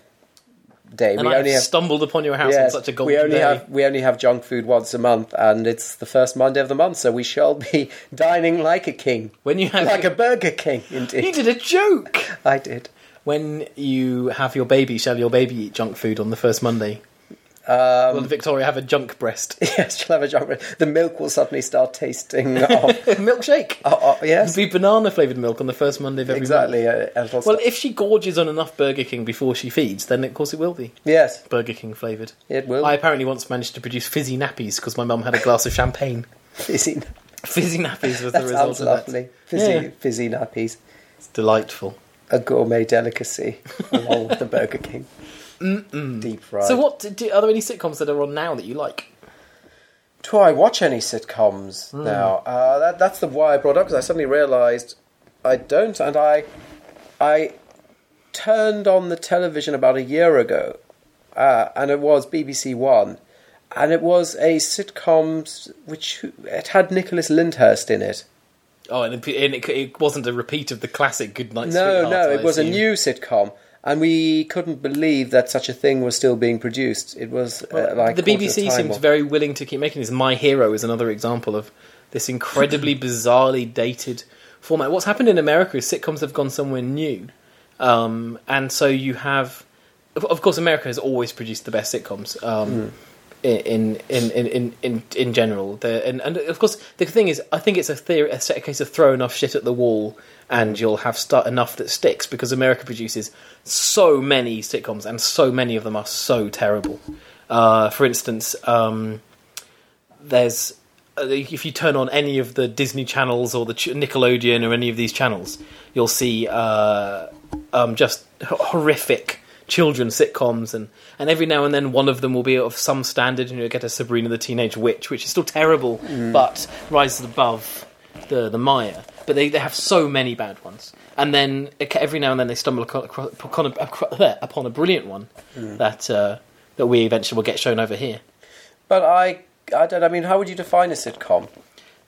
[SPEAKER 2] day.
[SPEAKER 1] And I stumbled upon your house on
[SPEAKER 2] yes,
[SPEAKER 1] such a golden
[SPEAKER 2] we only
[SPEAKER 1] day.
[SPEAKER 2] have we only have junk food once a month, and it's the first Monday of the month, so we shall be dining like a king,
[SPEAKER 1] when you have
[SPEAKER 2] like a
[SPEAKER 1] your-
[SPEAKER 2] Burger King.
[SPEAKER 1] you
[SPEAKER 2] Indeed,
[SPEAKER 1] did a joke.
[SPEAKER 2] I did.
[SPEAKER 1] When you have your baby, shall your baby eat junk food on the first Monday? Um, Will Victoria have a junk breast
[SPEAKER 2] Yes, shall have a junk. The milk will suddenly start tasting of.
[SPEAKER 1] milkshake?
[SPEAKER 2] Oh, oh, yes.
[SPEAKER 1] It'll be banana flavored milk on the first Monday of every month.
[SPEAKER 2] Exactly. uh, and it'll
[SPEAKER 1] Well,
[SPEAKER 2] stop-
[SPEAKER 1] if she gorges on enough Burger King before she feeds, then of course it will be
[SPEAKER 2] yes,
[SPEAKER 1] Burger King flavored.
[SPEAKER 2] It will.
[SPEAKER 1] I apparently once managed to produce fizzy nappies because my mum had a glass of champagne.
[SPEAKER 2] fizzy. n-
[SPEAKER 1] Fizzy nappies was the
[SPEAKER 2] That
[SPEAKER 1] result
[SPEAKER 2] sounds
[SPEAKER 1] of
[SPEAKER 2] lovely.
[SPEAKER 1] that.
[SPEAKER 2] Fizzy,
[SPEAKER 1] Yeah.
[SPEAKER 2] fizzy nappies,
[SPEAKER 1] It's delightful.
[SPEAKER 2] a gourmet delicacy, along with the Burger King. Mm-mm. Deep fried.
[SPEAKER 1] So, what do, are there any sitcoms that are on now that you like?
[SPEAKER 2] do I watch any sitcoms
[SPEAKER 1] Mm.
[SPEAKER 2] now? Uh, that, that's the why I brought up because I suddenly realised I don't, and I, I turned on the television about a year ago, uh, and it was BBC One, and it was a sitcom s- which it had Nicholas Lyndhurst in it.
[SPEAKER 1] Oh, and, it, and it, it wasn't a repeat of the classic Good Night
[SPEAKER 2] No,
[SPEAKER 1] Sweetheart.
[SPEAKER 2] no, it
[SPEAKER 1] I
[SPEAKER 2] was a
[SPEAKER 1] assume.
[SPEAKER 2] new sitcom, and we couldn't believe that such a thing was still being produced. It was uh, like
[SPEAKER 1] the
[SPEAKER 2] Quarter
[SPEAKER 1] BBC
[SPEAKER 2] Time
[SPEAKER 1] seems
[SPEAKER 2] or-
[SPEAKER 1] very willing to keep making this. My Hero is another example of this incredibly bizarrely dated format. What's happened in America is sitcoms have gone somewhere new, um, and so you have, of- of course, America has always produced the best sitcoms.
[SPEAKER 2] Hmm.
[SPEAKER 1] Um, In in, in, in, in in general, the, and and of course the thing is, I think it's a theory, a set- a case of throw enough shit at the wall, and you'll have stu enough that sticks because America produces so many sitcoms, and so many of them are so terrible. Uh, for instance, um, there's uh, if you turn on any of the Disney channels or the Ch- Nickelodeon or any of these channels, you'll see uh, um, just h- horrific children's sitcoms, and, and every now and then one of them will be of some standard, and you'll get a Sabrina the Teenage Witch, which is still terrible, but rises above the the mire. But they, they have so many bad ones, and then ac- every now and then they stumble aco- acro- upon a, acro- upon a brilliant one that uh, that we eventually will get shown over here.
[SPEAKER 2] But I I don't. I mean, how would you define a sitcom?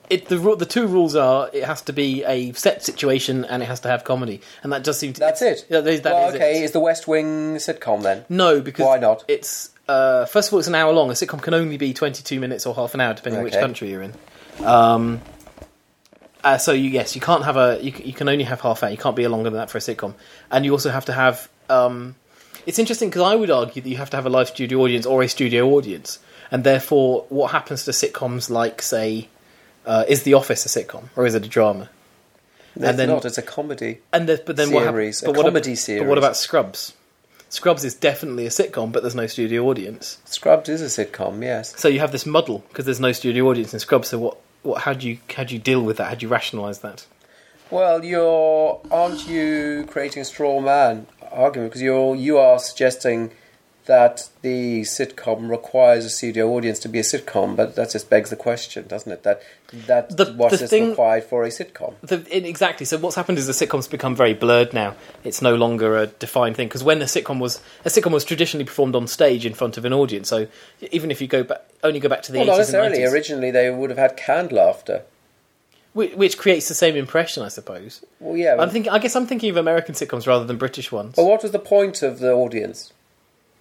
[SPEAKER 1] It, the ru- the two rules are it has to be a set situation and it has to have comedy, and that does seem to
[SPEAKER 2] That's it.
[SPEAKER 1] Yeah, that, that
[SPEAKER 2] well,
[SPEAKER 1] is
[SPEAKER 2] okay.
[SPEAKER 1] it.
[SPEAKER 2] Is the West Wing sitcom then?
[SPEAKER 1] No, because
[SPEAKER 2] Why not?
[SPEAKER 1] It's uh, first of all, it's an hour long. A sitcom can only be twenty-two minutes or half an hour, depending which
[SPEAKER 2] Okay.
[SPEAKER 1] country you're in. Um, uh, so you, yes, you can't have a. You, c- you can only have half hour. You can't be longer than that for a sitcom, and you also have to have. Um, it's interesting because I would argue that you have to have a live studio audience or a studio audience, and therefore, what happens to sitcoms like, say, uh, is The Office a sitcom or is it a drama?
[SPEAKER 2] It's
[SPEAKER 1] then-
[SPEAKER 2] not. It's a comedy.
[SPEAKER 1] And the, but then what hap-
[SPEAKER 2] Series, a
[SPEAKER 1] but what ab- But
[SPEAKER 2] comedy
[SPEAKER 1] what
[SPEAKER 2] series.
[SPEAKER 1] about Scrubs? Scrubs is definitely a sitcom, but there's no studio audience.
[SPEAKER 2] Scrubbed is a sitcom. Yes.
[SPEAKER 1] So you have this muddle because there's no studio audience in Scrubs. So what? What? How do you? How do you deal with that? How do you rationalise that?
[SPEAKER 2] Well, you're aren't you creating a straw man argument because you're you are suggesting that the sitcom requires a studio audience to be a sitcom, but that just begs the question, doesn't it? That that
[SPEAKER 1] The-
[SPEAKER 2] what
[SPEAKER 1] the
[SPEAKER 2] is
[SPEAKER 1] thing-
[SPEAKER 2] required for a sitcom.
[SPEAKER 1] The, in, exactly. So what's happened is the sitcoms become very blurred now. It's no longer a defined thing because when a sitcom was a sitcom was traditionally performed on stage in front of an audience. So even if you go back, only go back to the
[SPEAKER 2] Well, not
[SPEAKER 1] 80s and
[SPEAKER 2] necessarily.
[SPEAKER 1] 90s,
[SPEAKER 2] Originally, they would have had canned laughter.
[SPEAKER 1] which, which creates the same impression, I suppose.
[SPEAKER 2] Well, yeah.
[SPEAKER 1] I'm thinking. I guess I'm thinking of American sitcoms rather than British ones
[SPEAKER 2] but what was the point of the audience?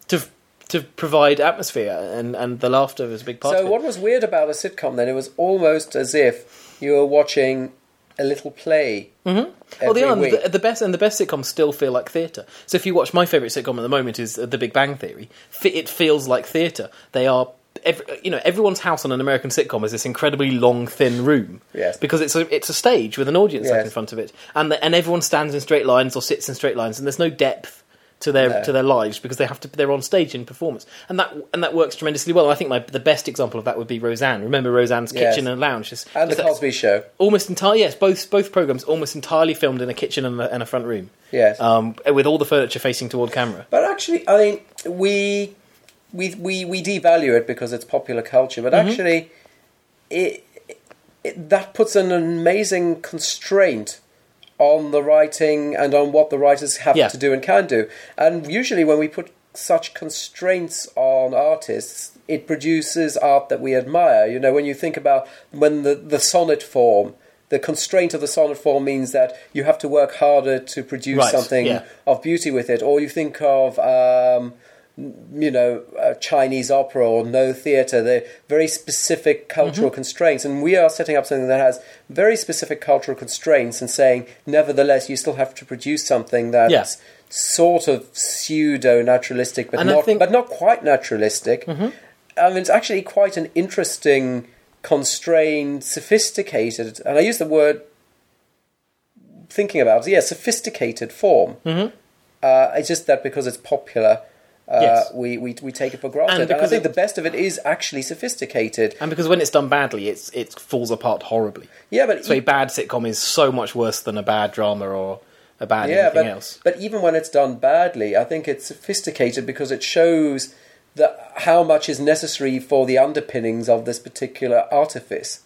[SPEAKER 1] to to provide atmosphere and and the laughter is a big part.
[SPEAKER 2] So
[SPEAKER 1] of it.
[SPEAKER 2] what was weird about a sitcom then? It was almost as if you were watching a little play. Mm-hmm.
[SPEAKER 1] Well, they
[SPEAKER 2] Every
[SPEAKER 1] are
[SPEAKER 2] week.
[SPEAKER 1] the, the best, and the best sitcoms still feel like theatre. So if you watch my favourite sitcom at the moment is uh, The Big Bang Theory, Fe- it feels like theatre. They are, ev you know, everyone's house on an American sitcom is this incredibly long, thin room.
[SPEAKER 2] Yes.
[SPEAKER 1] because it's a it's a stage with an audience sat
[SPEAKER 2] Yes.
[SPEAKER 1] in front of it, and the, and everyone stands in straight lines or sits in straight lines, and there's no depth. To their
[SPEAKER 2] No.
[SPEAKER 1] to their lives because they have to they're on stage in performance and that and that works tremendously well. I think my the best example of that would be Roseanne. Remember Roseanne's
[SPEAKER 2] Yes.
[SPEAKER 1] kitchen and lounge It's-
[SPEAKER 2] and the
[SPEAKER 1] it's that-
[SPEAKER 2] Cosby Show.
[SPEAKER 1] almost entirely yes both both programs almost entirely filmed in a kitchen and a, and a front room
[SPEAKER 2] Yes.
[SPEAKER 1] um, with all the furniture facing toward camera
[SPEAKER 2] But actually, I mean, we we we we devalue it because it's popular culture. But actually, it, it that puts an amazing constraint on the writing and on what the writers have
[SPEAKER 1] Yeah.
[SPEAKER 2] to do and can do. And usually, when we put such constraints on artists, it produces art that we admire. You know, when you think about when the, the sonnet form. The constraint of the sonnet form means that you have to work harder to produce
[SPEAKER 1] Right,
[SPEAKER 2] something
[SPEAKER 1] yeah.
[SPEAKER 2] of beauty with it, or you think of um, you know uh, Chinese opera or no theatre. They're very specific
[SPEAKER 1] Mm-hmm.
[SPEAKER 2] cultural constraints, and we are setting up something that has very specific cultural constraints and saying, nevertheless, you still have to produce something that's
[SPEAKER 1] Yeah.
[SPEAKER 2] sort of pseudo naturalistic, but
[SPEAKER 1] And I
[SPEAKER 2] not
[SPEAKER 1] think- Mm-hmm.
[SPEAKER 2] but not quite naturalistic. I mean, it's actually quite an interesting. Constrained, sophisticated, and I use the word thinking about it, yeah, sophisticated form.
[SPEAKER 1] Mm-hmm.
[SPEAKER 2] Uh, it's just that because it's popular, uh,
[SPEAKER 1] Yes.
[SPEAKER 2] we, we we take it for granted.
[SPEAKER 1] And
[SPEAKER 2] And, I
[SPEAKER 1] because
[SPEAKER 2] think
[SPEAKER 1] it-
[SPEAKER 2] the best of it is actually sophisticated.
[SPEAKER 1] and because when it's done badly it's it falls apart horribly
[SPEAKER 2] Yeah, but
[SPEAKER 1] so a
[SPEAKER 2] e-
[SPEAKER 1] bad sitcom is so much worse than a bad drama or a bad
[SPEAKER 2] yeah,
[SPEAKER 1] anything
[SPEAKER 2] but
[SPEAKER 1] else
[SPEAKER 2] but even when it's done badly, I think it's sophisticated because it shows that how much is necessary for the underpinnings of this particular artifice.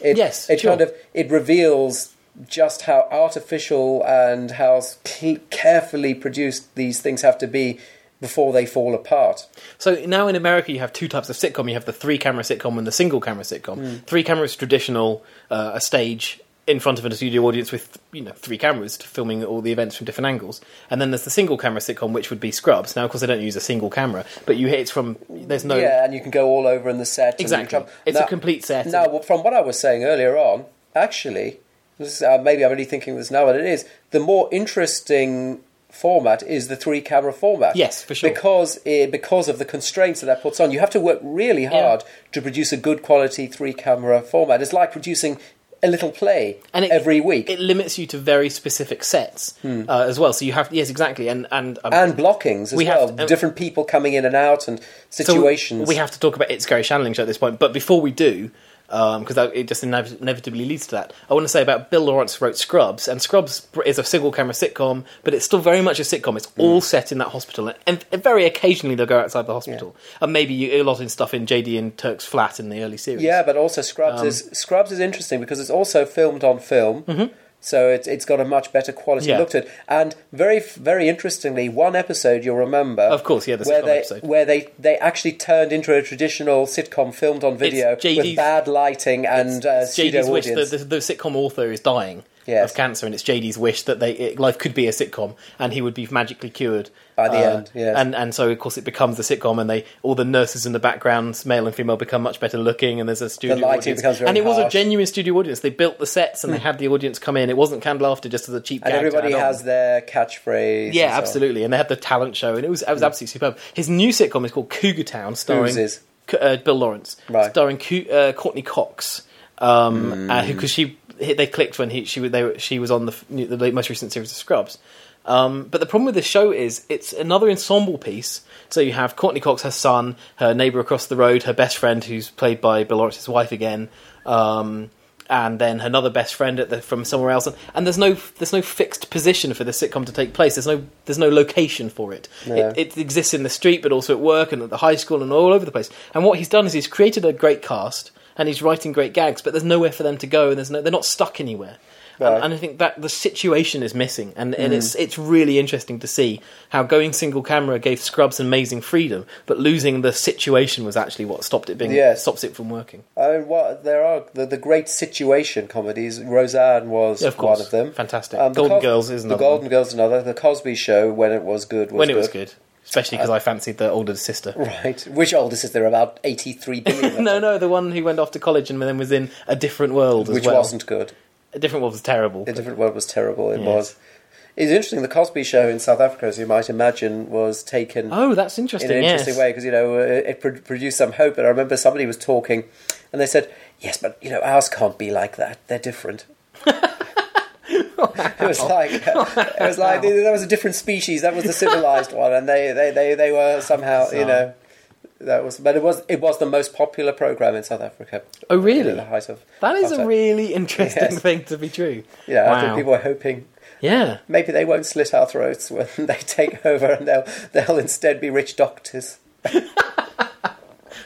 [SPEAKER 2] It,
[SPEAKER 1] Yes,
[SPEAKER 2] it
[SPEAKER 1] sure.
[SPEAKER 2] kind of it reveals just how artificial and how c- carefully produced these things have to be before they fall apart.
[SPEAKER 1] So now in America, you have two types of sitcom. You have the three camera sitcom and the single camera sitcom.
[SPEAKER 2] Hmm.
[SPEAKER 1] Three camera is traditional, uh, a stage in front of a studio audience with you know three cameras to filming all the events from different angles. And then there's the single camera sitcom, which would be Scrubs. Now, of course, they don't use a single camera, but you it's from there's no
[SPEAKER 2] Yeah, and you can go all over in the set. and you
[SPEAKER 1] Exactly.
[SPEAKER 2] travel-
[SPEAKER 1] It's a complete set.
[SPEAKER 2] Now, well, from what I was saying earlier on, actually, this is, uh, maybe I'm really thinking this now, but it is the more interesting format is the three camera format.
[SPEAKER 1] Yes, for sure.
[SPEAKER 2] Because it, because of the constraints that that puts on, you have to work really hard to produce a good quality three camera format. It's like producing a little play
[SPEAKER 1] and it,
[SPEAKER 2] every week Hmm.
[SPEAKER 1] It limits you to very specific sets uh, as well. So you have yes, exactly, and and um,
[SPEAKER 2] and blockings as
[SPEAKER 1] We have
[SPEAKER 2] well.
[SPEAKER 1] to- and-
[SPEAKER 2] Different people coming in and out and
[SPEAKER 1] So
[SPEAKER 2] situations.
[SPEAKER 1] we have to talk about It's Gary Shandling Show at this point, but before we do, because that it just inev- inevitably leads to that, I want to say about Bill Lawrence wrote Scrubs, and Scrubs is a single camera sitcom, but it's still very much a sitcom. It's
[SPEAKER 2] Mm.
[SPEAKER 1] all set in that hospital, and, and very occasionally they'll go outside the hospital, and maybe you, a lot in stuff in JD and Turk's flat in the early series. Um,
[SPEAKER 2] Yeah, but also Scrubs is Scrubs is interesting because it's also filmed on film, So it's it's got a much better quality
[SPEAKER 1] Mm-hmm. Yeah.
[SPEAKER 2] look to it. And very very interestingly, one episode you'll remember,
[SPEAKER 1] Of course, yeah, the
[SPEAKER 2] where
[SPEAKER 1] sitcom
[SPEAKER 2] they
[SPEAKER 1] episode.
[SPEAKER 2] where they they actually turned into a traditional sitcom filmed on video
[SPEAKER 1] JD's
[SPEAKER 2] with bad lighting and uh, studio
[SPEAKER 1] JD's wish
[SPEAKER 2] audience.
[SPEAKER 1] that the, the sitcom author is dying
[SPEAKER 2] Yes.
[SPEAKER 1] of cancer, and it's JD's wish that they it, life could be a sitcom, and he would be magically cured Um,
[SPEAKER 2] By the end, yes.
[SPEAKER 1] And and so of course it becomes the sitcom, and they all the nurses in the background, male and female, become much better looking, and there's a studio
[SPEAKER 2] lighting
[SPEAKER 1] audience.
[SPEAKER 2] becomes very
[SPEAKER 1] and it was a
[SPEAKER 2] harsh. Hmm.
[SPEAKER 1] genuine studio audience. They built the sets, and they had the audience come in. It wasn't canned laughter, just as a cheap.
[SPEAKER 2] and
[SPEAKER 1] gag to
[SPEAKER 2] everybody
[SPEAKER 1] add on.
[SPEAKER 2] has their catchphrase. and
[SPEAKER 1] Yeah,
[SPEAKER 2] so on. Hmm.
[SPEAKER 1] absolutely. And they had the talent show, and it was it was absolutely superb. His new sitcom is called Cougar Town, starring
[SPEAKER 2] Whose is?
[SPEAKER 1] C- uh, Bill Lawrence,
[SPEAKER 2] Right. Hmm.
[SPEAKER 1] starring Coo- uh, Courtney Cox, um, uh, who because she they clicked when he she was- they were- she was on the f- new- the late- most recent series of Scrubs. Um, but the problem with this show is it's another ensemble piece. So you have Courtney Cox, her son, her neighbor across the road, her best friend, who's played by Bill Lawrence's wife again. Um, and then another best friend at the, from somewhere else, and, and there's no there's no fixed position for the sitcom to take place. There's no there's no location for it.
[SPEAKER 2] Yeah.
[SPEAKER 1] It, it exists in the street, but also at work and at the high school and all over the place. And what he's done is he's created a great cast and he's writing great gags, but there's nowhere for them to go, and there's no they're not stuck anywhere.
[SPEAKER 2] Right. Hmm.
[SPEAKER 1] And, and I think that the situation is missing, and, and it's it's really interesting to see how going single camera gave Scrubs amazing freedom, but losing the situation was actually what stopped it being
[SPEAKER 2] Yes.
[SPEAKER 1] stops it from working.
[SPEAKER 2] I mean, what there are the, the great situation comedies. Roseanne was
[SPEAKER 1] Yeah, of course.
[SPEAKER 2] one of them. Um,
[SPEAKER 1] Fantastic.
[SPEAKER 2] the
[SPEAKER 1] Golden Girls is
[SPEAKER 2] the
[SPEAKER 1] another
[SPEAKER 2] Golden Girls is another. The Cosby Show, when it was good, was
[SPEAKER 1] when
[SPEAKER 2] good. Uh,
[SPEAKER 1] it was good, especially because I fancied the older sister.
[SPEAKER 2] Right. Which oldest is there? About eighty three billion. of
[SPEAKER 1] No,
[SPEAKER 2] them,
[SPEAKER 1] no, the one who went off to college and then was in a different world as
[SPEAKER 2] which
[SPEAKER 1] well.
[SPEAKER 2] wasn't good.
[SPEAKER 1] A different world was terrible.
[SPEAKER 2] The different world was terrible. It was. It's interesting. The Cosby Show in South Africa, as you might imagine, was taken
[SPEAKER 1] Oh, that's
[SPEAKER 2] in
[SPEAKER 1] interesting.
[SPEAKER 2] an interesting
[SPEAKER 1] yes.
[SPEAKER 2] way because you know it it pro- produced some hope. And I remember somebody was talking, and they said, "Yes, but you know ours can't be like that. They're different." It was like it was like that was a different species. That was the civilized one, and they they, they, they were somehow you know that was but it was it was the most popular program in South Africa.
[SPEAKER 1] Oh, really?
[SPEAKER 2] At the height of
[SPEAKER 1] That is a
[SPEAKER 2] apartheid.
[SPEAKER 1] really interesting
[SPEAKER 2] Yes.
[SPEAKER 1] thing to be true.
[SPEAKER 2] yeah. I
[SPEAKER 1] Wow.
[SPEAKER 2] think people were hoping
[SPEAKER 1] Yeah.
[SPEAKER 2] maybe they won't slit our throats when they take over, and they'll they'll instead be rich doctors,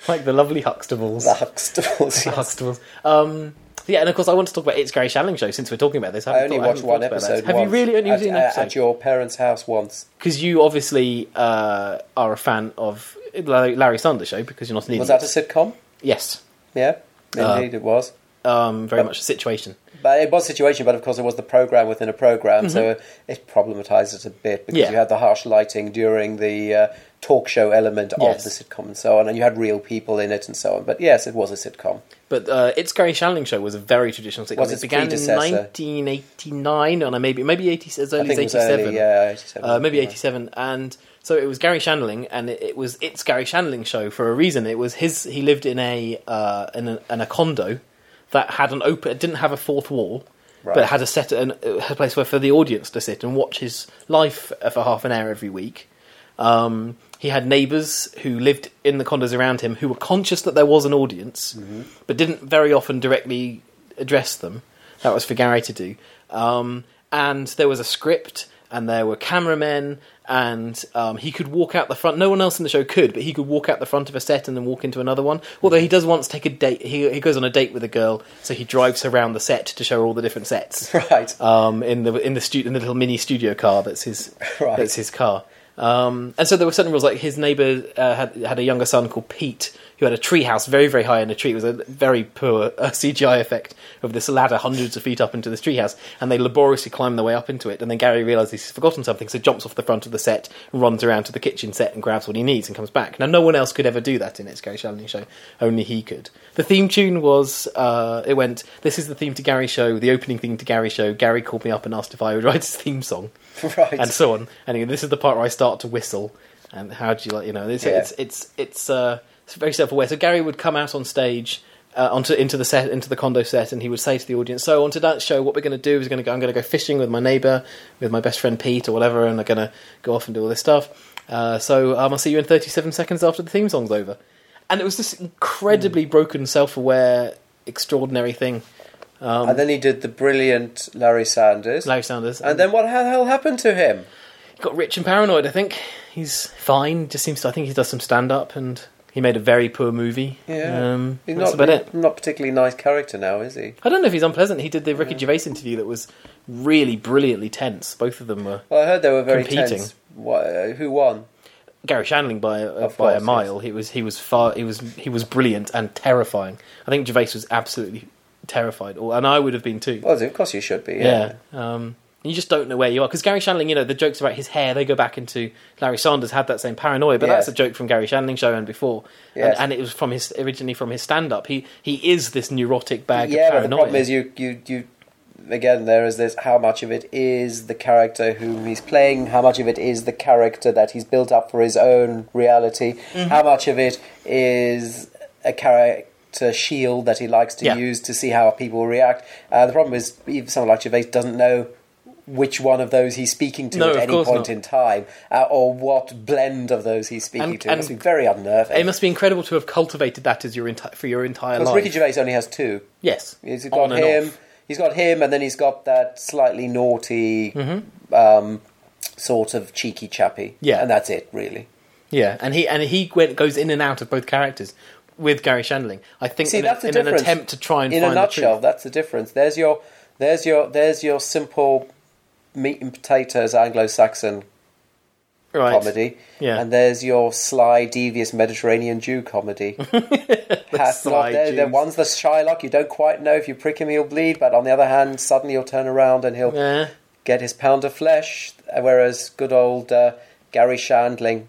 [SPEAKER 1] Like the lovely Huxtables.
[SPEAKER 2] the Huxtables. yes.
[SPEAKER 1] Huxtables. Um, yeah, and of course I want to talk about It's Gary Shandling Show since we're talking about this.
[SPEAKER 2] I
[SPEAKER 1] haven't
[SPEAKER 2] only
[SPEAKER 1] thought-
[SPEAKER 2] watched
[SPEAKER 1] haven't
[SPEAKER 2] one
[SPEAKER 1] thought about that.
[SPEAKER 2] episode.
[SPEAKER 1] Have
[SPEAKER 2] once uh,
[SPEAKER 1] you really only
[SPEAKER 2] at,
[SPEAKER 1] seen an
[SPEAKER 2] at-
[SPEAKER 1] episode?
[SPEAKER 2] at your parents' house once?
[SPEAKER 1] Because you obviously uh, are a fan of Larry Larry Sanders Show because you're not an idiot.
[SPEAKER 2] Was that a sitcom?
[SPEAKER 1] yes.
[SPEAKER 2] Yeah,
[SPEAKER 1] Uh.
[SPEAKER 2] indeed it was.
[SPEAKER 1] Um, very much a situation.
[SPEAKER 2] But it was a situation, but of course it was the program within a program, so it problematized it a bit because
[SPEAKER 1] Mm-hmm. Yeah.
[SPEAKER 2] you had the harsh lighting during the uh, talk show element
[SPEAKER 1] Yes.
[SPEAKER 2] of the sitcom and so on, and you had real people in it and so on. But yes, it was a sitcom.
[SPEAKER 1] But uh, It's Gary Shandling Show was a very traditional sitcom.
[SPEAKER 2] Was
[SPEAKER 1] it
[SPEAKER 2] its
[SPEAKER 1] began in
[SPEAKER 2] predecessor?
[SPEAKER 1] 1989, and I maybe maybe 80, as
[SPEAKER 2] I
[SPEAKER 1] early as
[SPEAKER 2] think it was
[SPEAKER 1] 87.
[SPEAKER 2] early, yeah, 87.
[SPEAKER 1] Uh, maybe 87 and so it was gary shandling and it, it was it's gary shandling show for a reason it was his he lived in a uh, in a, in a condo that had an open it didn't have a fourth wall but it
[SPEAKER 2] Right.
[SPEAKER 1] had a set an, a place where for the audience to sit and watch his life uh, for half an hour every week um, he had neighbours who lived in the condos around him who were conscious that there was an audience,
[SPEAKER 2] Mm-hmm.
[SPEAKER 1] but didn't very often directly address them. That was for Gary to do. Um, and there was a script, and there were cameramen, and um, he could walk out the front. No one else in the show could, but he could walk out the front of a set and then walk into another one. Although he does once take a date, he, he goes on a date with a girl, so he drives her around the set to show her all the different sets
[SPEAKER 2] Right.
[SPEAKER 1] um, in the in the, stu- in the little mini studio car that's his
[SPEAKER 2] Right.
[SPEAKER 1] that's his car. Um, and so there were certain rules. Like his neighbor uh, had had a younger son called Pete who had a tree house very very high in a tree. It was a very poor uh, CGI effect of this ladder hundreds of feet up into this tree house, and they laboriously climbed their way up into it. And then Gary realizes he's forgotten something, so jumps off the front of the set, runs around to the kitchen set, and grabs what he needs, and comes back. Now no one else could ever do that in its Gary Shandling show. Only he could. The theme tune was uh, it went. This is the theme to Gary show. The opening theme to Gary show. Gary called me up and asked if I would write his theme song
[SPEAKER 2] right.
[SPEAKER 1] and so on. And you know, this is the part where I start to whistle. And how do you like? You know, it's
[SPEAKER 2] Yeah.
[SPEAKER 1] it's it's it's, uh, it's very self-aware. So Gary would come out on stage. Uh, onto into the set into the condo set, and he would say to the audience, "So on tonight's show, what we're going to do is going to go. I'm going to go fishing with my neighbour, with my best friend Pete, or whatever, and I'm going to go off and do all this stuff. Uh, so um, I'll see you in 37 seconds after the theme song's over." And it was this
[SPEAKER 2] Hmm.
[SPEAKER 1] incredibly broken, self-aware, extraordinary thing.
[SPEAKER 2] and then he did the brilliant Larry Sanders.
[SPEAKER 1] um, Larry Sanders,
[SPEAKER 2] and then what the hell happened to him?
[SPEAKER 1] got rich and paranoid. I think he's fine. Just seems. To, I think he does some stand up, and he made a very poor movie.
[SPEAKER 2] Yeah.
[SPEAKER 1] um,
[SPEAKER 2] He's
[SPEAKER 1] that's
[SPEAKER 2] not,
[SPEAKER 1] about it.
[SPEAKER 2] not particularly nice character now, is he?
[SPEAKER 1] I don't know if he's unpleasant. He did the Ricky Gervais interview that was really brilliantly tense. Both of them were
[SPEAKER 2] Well, I heard they were very
[SPEAKER 1] Competing.
[SPEAKER 2] tense. Why, who won?
[SPEAKER 1] Gary Shandling by a, by
[SPEAKER 2] Of course,
[SPEAKER 1] a
[SPEAKER 2] yes.
[SPEAKER 1] mile. He was he was far he was he was brilliant and terrifying. I think Gervais was absolutely terrified, or and I would have been too.
[SPEAKER 2] Well, of course you should be.
[SPEAKER 1] Yeah. Um, and you just don't know where you are because Gary Shandling, you know, the jokes about his hair they go back into Larry Sanders had that same paranoia, but
[SPEAKER 2] Yes.
[SPEAKER 1] that's a joke from Gary Shandling show and before,
[SPEAKER 2] Yes.
[SPEAKER 1] and, and it was from his originally from his stand up. He he is this neurotic bag
[SPEAKER 2] yeah,
[SPEAKER 1] of
[SPEAKER 2] but
[SPEAKER 1] paranoia.
[SPEAKER 2] the problem is you, you, you. Again, there is this: how much of it is the character whom he's playing? How much of it is the character that he's built up for his own reality? How much of it is a character shield that he likes to
[SPEAKER 1] Yeah.
[SPEAKER 2] use to see how people react? Uh, the problem is, even someone like Gervais doesn't know which one of those he's speaking to
[SPEAKER 1] No,
[SPEAKER 2] at
[SPEAKER 1] of
[SPEAKER 2] any
[SPEAKER 1] course
[SPEAKER 2] point
[SPEAKER 1] not.
[SPEAKER 2] in time, uh, or what blend of those he's speaking
[SPEAKER 1] And-
[SPEAKER 2] to. It
[SPEAKER 1] and-
[SPEAKER 2] must be very unnerving.
[SPEAKER 1] it must be incredible to have cultivated that as your entire for your entire
[SPEAKER 2] Because
[SPEAKER 1] life.
[SPEAKER 2] Ricky Gervais only has two.
[SPEAKER 1] yes,
[SPEAKER 2] He's got
[SPEAKER 1] On and
[SPEAKER 2] him.
[SPEAKER 1] off.
[SPEAKER 2] He's got him, and then he's got that slightly naughty, um, sort of cheeky chappy.
[SPEAKER 1] Mm-hmm. Yeah.
[SPEAKER 2] and that's it, really.
[SPEAKER 1] Yeah, and he and he went, goes in and out of both characters with Gary Shandling. I think
[SPEAKER 2] See,
[SPEAKER 1] in, a-
[SPEAKER 2] that's the
[SPEAKER 1] in an
[SPEAKER 2] difference.
[SPEAKER 1] attempt to try and
[SPEAKER 2] in
[SPEAKER 1] find
[SPEAKER 2] a
[SPEAKER 1] the
[SPEAKER 2] nutshell,
[SPEAKER 1] truth.
[SPEAKER 2] that's the difference. There's your, there's your, there's your simple meat and potatoes Anglo-Saxon
[SPEAKER 1] right.
[SPEAKER 2] comedy,
[SPEAKER 1] Yeah.
[SPEAKER 2] and there's your sly, devious Mediterranean Jew comedy. Half
[SPEAKER 1] sly
[SPEAKER 2] lot- there- there-
[SPEAKER 1] Jews.
[SPEAKER 2] one's the Shylock. You don't quite know if you prick him, he'll bleed, but on the other hand, suddenly he'll turn around and he'll
[SPEAKER 1] Yeah.
[SPEAKER 2] get his pound of flesh, whereas good old uh, Gary Shandling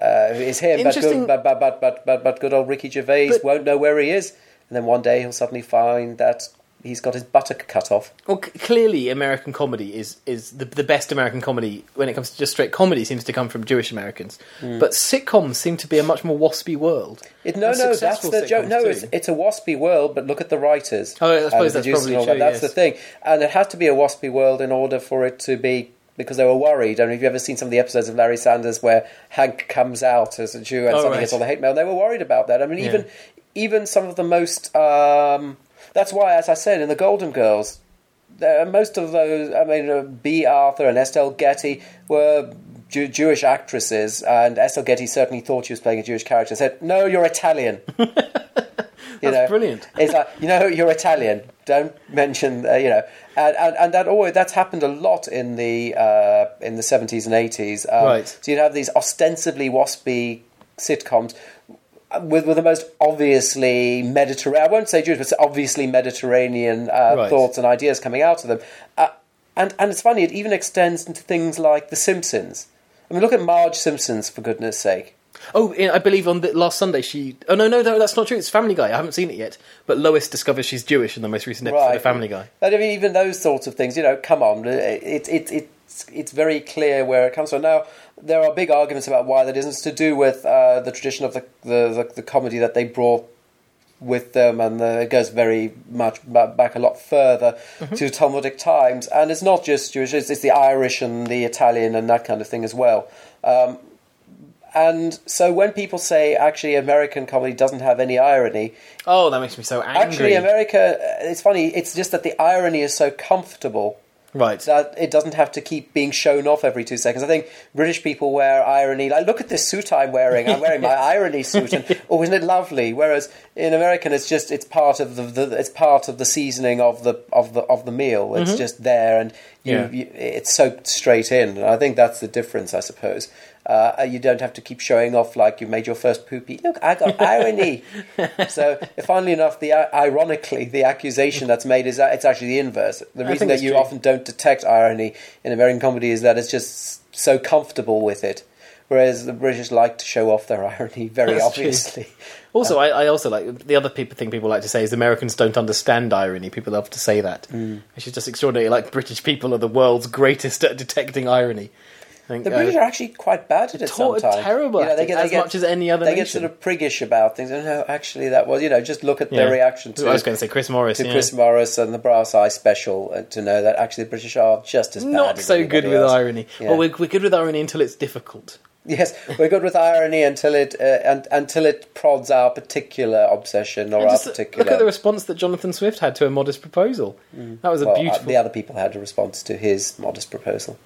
[SPEAKER 2] uh, is him, but,
[SPEAKER 1] Interesting-
[SPEAKER 2] good, but, but, but, but, but, but good old Ricky Gervais
[SPEAKER 1] But-
[SPEAKER 2] won't know where he is, and then one day he'll suddenly find that he's got his buttock cut off.
[SPEAKER 1] Well, c- clearly, American comedy is is the, the best American comedy when it comes to just straight comedy seems to come from Jewish Americans, but sitcoms seem to be a much more waspy world.
[SPEAKER 2] It, no,
[SPEAKER 1] And
[SPEAKER 2] no, that's
[SPEAKER 1] successful
[SPEAKER 2] the joke.
[SPEAKER 1] sitcoms
[SPEAKER 2] No,
[SPEAKER 1] too.
[SPEAKER 2] it's, it's a waspy world, but look at the writers.
[SPEAKER 1] Oh, I
[SPEAKER 2] and the
[SPEAKER 1] suppose that's
[SPEAKER 2] producers
[SPEAKER 1] probably
[SPEAKER 2] and all
[SPEAKER 1] true,
[SPEAKER 2] that. That's
[SPEAKER 1] yes.
[SPEAKER 2] the thing, and it has to be a waspy world in order for it to be. Because they were worried. I mean, have you ever seen some of the episodes of Larry Sanders where Hank comes out as a Jew and
[SPEAKER 1] Oh,
[SPEAKER 2] suddenly
[SPEAKER 1] right.
[SPEAKER 2] gets all the hate mail? They were worried about that. I mean,
[SPEAKER 1] Yeah.
[SPEAKER 2] even even some of the most. Um, that's why, as I said, in the Golden Girls, there, most of those, I mean, uh, B. Arthur and Estelle Getty were Jew- Jewish actresses, and Estelle Getty certainly thought she was playing a Jewish character. and Said, "No, you're Italian." you
[SPEAKER 1] That's brilliant.
[SPEAKER 2] It's like you know, you're Italian. Don't mention, uh, you know, and, and, and that always that's happened a lot in the uh, in the seventies and eighties. Um,
[SPEAKER 1] Right.
[SPEAKER 2] So you'd have these ostensibly waspy sitcoms with with the most obviously Mediterranean. I won't say Jewish, but obviously Mediterranean uh,
[SPEAKER 1] Right.
[SPEAKER 2] thoughts and ideas coming out of them. Uh, and and it's funny. It even extends into things like The Simpsons. I mean, look at Marge Simpsons for goodness' sake.
[SPEAKER 1] Oh, yeah, I believe on the, last Sunday she. Oh no, no, no, that's not true. It's Family Guy. I haven't seen it yet, but Lois discovers she's Jewish in the most recent episode of Family Guy.
[SPEAKER 2] But I mean, even those sorts of things, you know, come on, it, it, it's, it's very clear where it comes from. Now, there are big arguments about why that isn't. It's to do with uh, the tradition of the, the, the, the comedy that they brought with them, and uh, it goes very much ba- back a lot further
[SPEAKER 1] Mm-hmm.
[SPEAKER 2] to Talmudic times. And it's not just Jewish, it's, it's the Irish and the Italian and that kind of thing as well. Um, and so when people say actually American comedy doesn't have any irony,
[SPEAKER 1] Oh, that makes me so angry.
[SPEAKER 2] Actually, America, uh, it's funny, it's just that the irony is so comfortable
[SPEAKER 1] right?
[SPEAKER 2] that uh, it doesn't have to keep being shown off every two seconds. I think British people wear irony, like, look at this suit I'm wearing, I'm wearing my irony suit, and, oh, isn't it lovely? Whereas in American, it's just, it's part of the, the it's part of the seasoning of the, of the, of the meal. It's just there, and you,
[SPEAKER 1] Yeah.
[SPEAKER 2] you, it's soaked straight in. And I think that's the difference, I suppose. Uh, you don't have to keep showing off like you made your first poopy. Look, I got irony. so, funnily enough, the ironically, the accusation that's made is that it's actually the inverse. The
[SPEAKER 1] think
[SPEAKER 2] reason that
[SPEAKER 1] it's
[SPEAKER 2] you
[SPEAKER 1] true.
[SPEAKER 2] often don't detect irony in American comedy is that it's just so comfortable with it, whereas the British like to show off their irony very
[SPEAKER 1] That's true.
[SPEAKER 2] obviously.
[SPEAKER 1] Also, I, I also like the other people thing people like to say is Americans don't understand irony. People love to say that,
[SPEAKER 2] Mm.
[SPEAKER 1] which is just extraordinary. Like British people are the world's greatest at detecting irony. I think,
[SPEAKER 2] The
[SPEAKER 1] uh,
[SPEAKER 2] British are actually quite bad at it
[SPEAKER 1] tor-
[SPEAKER 2] sometimes.
[SPEAKER 1] terrible at it, as much as any other
[SPEAKER 2] They get
[SPEAKER 1] nation.
[SPEAKER 2] sort of priggish about things. Oh, no, actually, that was you know just look at
[SPEAKER 1] yeah.
[SPEAKER 2] their reaction to.
[SPEAKER 1] I was going to say Chris Morris.
[SPEAKER 2] to
[SPEAKER 1] yeah.
[SPEAKER 2] Chris Morris and the Brass Eye special uh, to know that actually the British are just as bad
[SPEAKER 1] not
[SPEAKER 2] as
[SPEAKER 1] so
[SPEAKER 2] anybody
[SPEAKER 1] good with
[SPEAKER 2] else.
[SPEAKER 1] irony.
[SPEAKER 2] Yeah.
[SPEAKER 1] Well, we're, we're good with irony until it's difficult.
[SPEAKER 2] Yes, we're good with irony until it uh, un- until it prods our particular obsession or
[SPEAKER 1] And
[SPEAKER 2] our
[SPEAKER 1] just
[SPEAKER 2] particular.
[SPEAKER 1] look at the response that Jonathan Swift had to a modest proposal. That was a
[SPEAKER 2] well, uh,
[SPEAKER 1] beautiful.
[SPEAKER 2] The other people had a response to his modest proposal.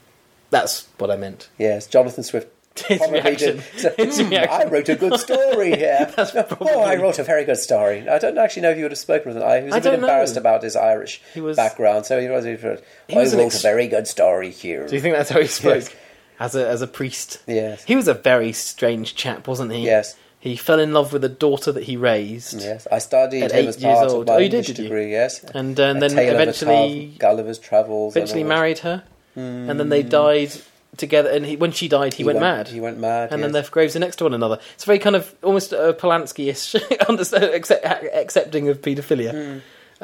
[SPEAKER 1] That's what I meant.
[SPEAKER 2] Yes, Jonathan Swift
[SPEAKER 1] His
[SPEAKER 2] probably
[SPEAKER 1] reaction.
[SPEAKER 2] did. So,
[SPEAKER 1] His
[SPEAKER 2] "Hmm,
[SPEAKER 1] reaction.
[SPEAKER 2] I wrote a good story here.
[SPEAKER 1] That's
[SPEAKER 2] Oh, I
[SPEAKER 1] probably-
[SPEAKER 2] wrote a very good story. I don't actually know if you would have spoken with an I. He was a
[SPEAKER 1] I
[SPEAKER 2] bit
[SPEAKER 1] don't know.
[SPEAKER 2] embarrassed about his Irish
[SPEAKER 1] He was-
[SPEAKER 2] background, so he was. He wrote, I
[SPEAKER 1] was an
[SPEAKER 2] wrote
[SPEAKER 1] ex-
[SPEAKER 2] a very good story here.
[SPEAKER 1] Do you think that's how he spoke?
[SPEAKER 2] Yes.
[SPEAKER 1] As a as a priest.
[SPEAKER 2] Yes.
[SPEAKER 1] He was a very strange chap, wasn't he?
[SPEAKER 2] Yes.
[SPEAKER 1] He fell in love with a daughter that he raised.
[SPEAKER 2] Yes, I studied
[SPEAKER 1] At
[SPEAKER 2] him
[SPEAKER 1] eight
[SPEAKER 2] as
[SPEAKER 1] years
[SPEAKER 2] part
[SPEAKER 1] old.
[SPEAKER 2] of my
[SPEAKER 1] Oh, you did,
[SPEAKER 2] English
[SPEAKER 1] did you?
[SPEAKER 2] degree. Yes,
[SPEAKER 1] And, um,
[SPEAKER 2] A
[SPEAKER 1] then
[SPEAKER 2] Tale of a
[SPEAKER 1] eventually-
[SPEAKER 2] Child, Gulliver's Travels. and
[SPEAKER 1] Eventually
[SPEAKER 2] all that.
[SPEAKER 1] married her. And then they died together and he, when she died he, went, mad.
[SPEAKER 2] Hmm. He went mad.
[SPEAKER 1] and then
[SPEAKER 2] yes.
[SPEAKER 1] their graves are next to one another. It's very kind of almost uh, Polanski-ish understand, accept, accepting of paedophilia. Um,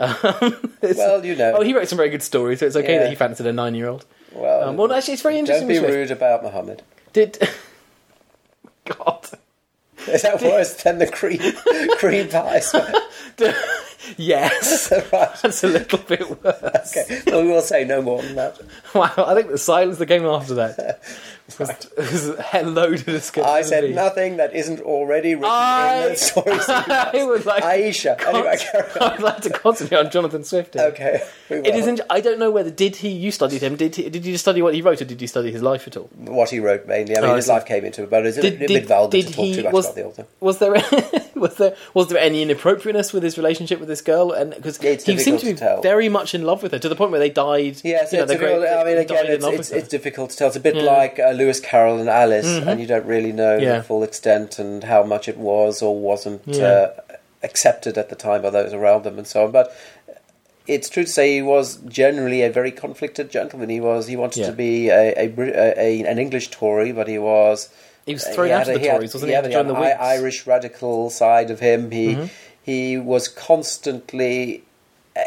[SPEAKER 1] it's-
[SPEAKER 2] Hmm. Well, you know.
[SPEAKER 1] Oh, he wrote some very good stories, so it's okay
[SPEAKER 2] Yeah.
[SPEAKER 1] that he fancied a nine-year-old.
[SPEAKER 2] well,
[SPEAKER 1] Um, well, actually, it's very
[SPEAKER 2] don't
[SPEAKER 1] interesting.
[SPEAKER 2] be
[SPEAKER 1] with Swift.
[SPEAKER 2] rude about Muhammad.
[SPEAKER 1] Did God?
[SPEAKER 2] Is that worse than the cream cream pies?
[SPEAKER 1] Yes,
[SPEAKER 2] right.
[SPEAKER 1] that's a little bit worse.
[SPEAKER 2] Okay. Well, we will say no more than that.
[SPEAKER 1] Wow, I think the silence that came after that was, was hello to discuss.
[SPEAKER 2] I said nothing that isn't already written
[SPEAKER 1] I-
[SPEAKER 2] in those stories.
[SPEAKER 1] I would like.
[SPEAKER 2] Aisha. Anyway, carry on.
[SPEAKER 1] I'd like to concentrate on Jonathan Swift. here.
[SPEAKER 2] Okay. We will.
[SPEAKER 1] It is. int- I don't know whether did he. You studied him. Did he, Did you study what he wrote, or did you study his life at all?
[SPEAKER 2] what he wrote mainly. I mean,
[SPEAKER 1] Oh, I
[SPEAKER 2] his
[SPEAKER 1] see.
[SPEAKER 2] life came into it, but it's a
[SPEAKER 1] Did,
[SPEAKER 2] bit
[SPEAKER 1] did,
[SPEAKER 2] vulgar
[SPEAKER 1] did
[SPEAKER 2] to talk
[SPEAKER 1] he
[SPEAKER 2] too much
[SPEAKER 1] was,
[SPEAKER 2] about the author.
[SPEAKER 1] was there was there was there any inappropriateness with his relationship with this girl? And because
[SPEAKER 2] Yeah,
[SPEAKER 1] he
[SPEAKER 2] it's
[SPEAKER 1] seemed to be
[SPEAKER 2] difficult to tell.
[SPEAKER 1] very much in love with her to the point where they died.
[SPEAKER 2] Yes,
[SPEAKER 1] you know,
[SPEAKER 2] it's
[SPEAKER 1] they're great-
[SPEAKER 2] difficult. I mean,
[SPEAKER 1] they
[SPEAKER 2] again,
[SPEAKER 1] died in
[SPEAKER 2] it's,
[SPEAKER 1] love
[SPEAKER 2] it's,
[SPEAKER 1] with her.
[SPEAKER 2] it's difficult to tell. It's a bit like uh, Lewis Carroll and Alice, and you don't really know
[SPEAKER 1] Mm-hmm. Yeah.
[SPEAKER 2] the full extent and how much it was or wasn't
[SPEAKER 1] Yeah.
[SPEAKER 2] uh, accepted at the time by those around them and so on. But it's true to say he was generally a very conflicted gentleman. He was he wanted
[SPEAKER 1] Yeah.
[SPEAKER 2] to be a, a, Brit- a, a an English Tory, but he was
[SPEAKER 1] He was thrown out of
[SPEAKER 2] Uh, had a-
[SPEAKER 1] the
[SPEAKER 2] had-
[SPEAKER 1] Tories, wasn't he,
[SPEAKER 2] had-
[SPEAKER 1] during
[SPEAKER 2] had
[SPEAKER 1] the Mm-hmm.
[SPEAKER 2] an I-
[SPEAKER 1] Whigs?
[SPEAKER 2] Irish radical side of him. He he was constantly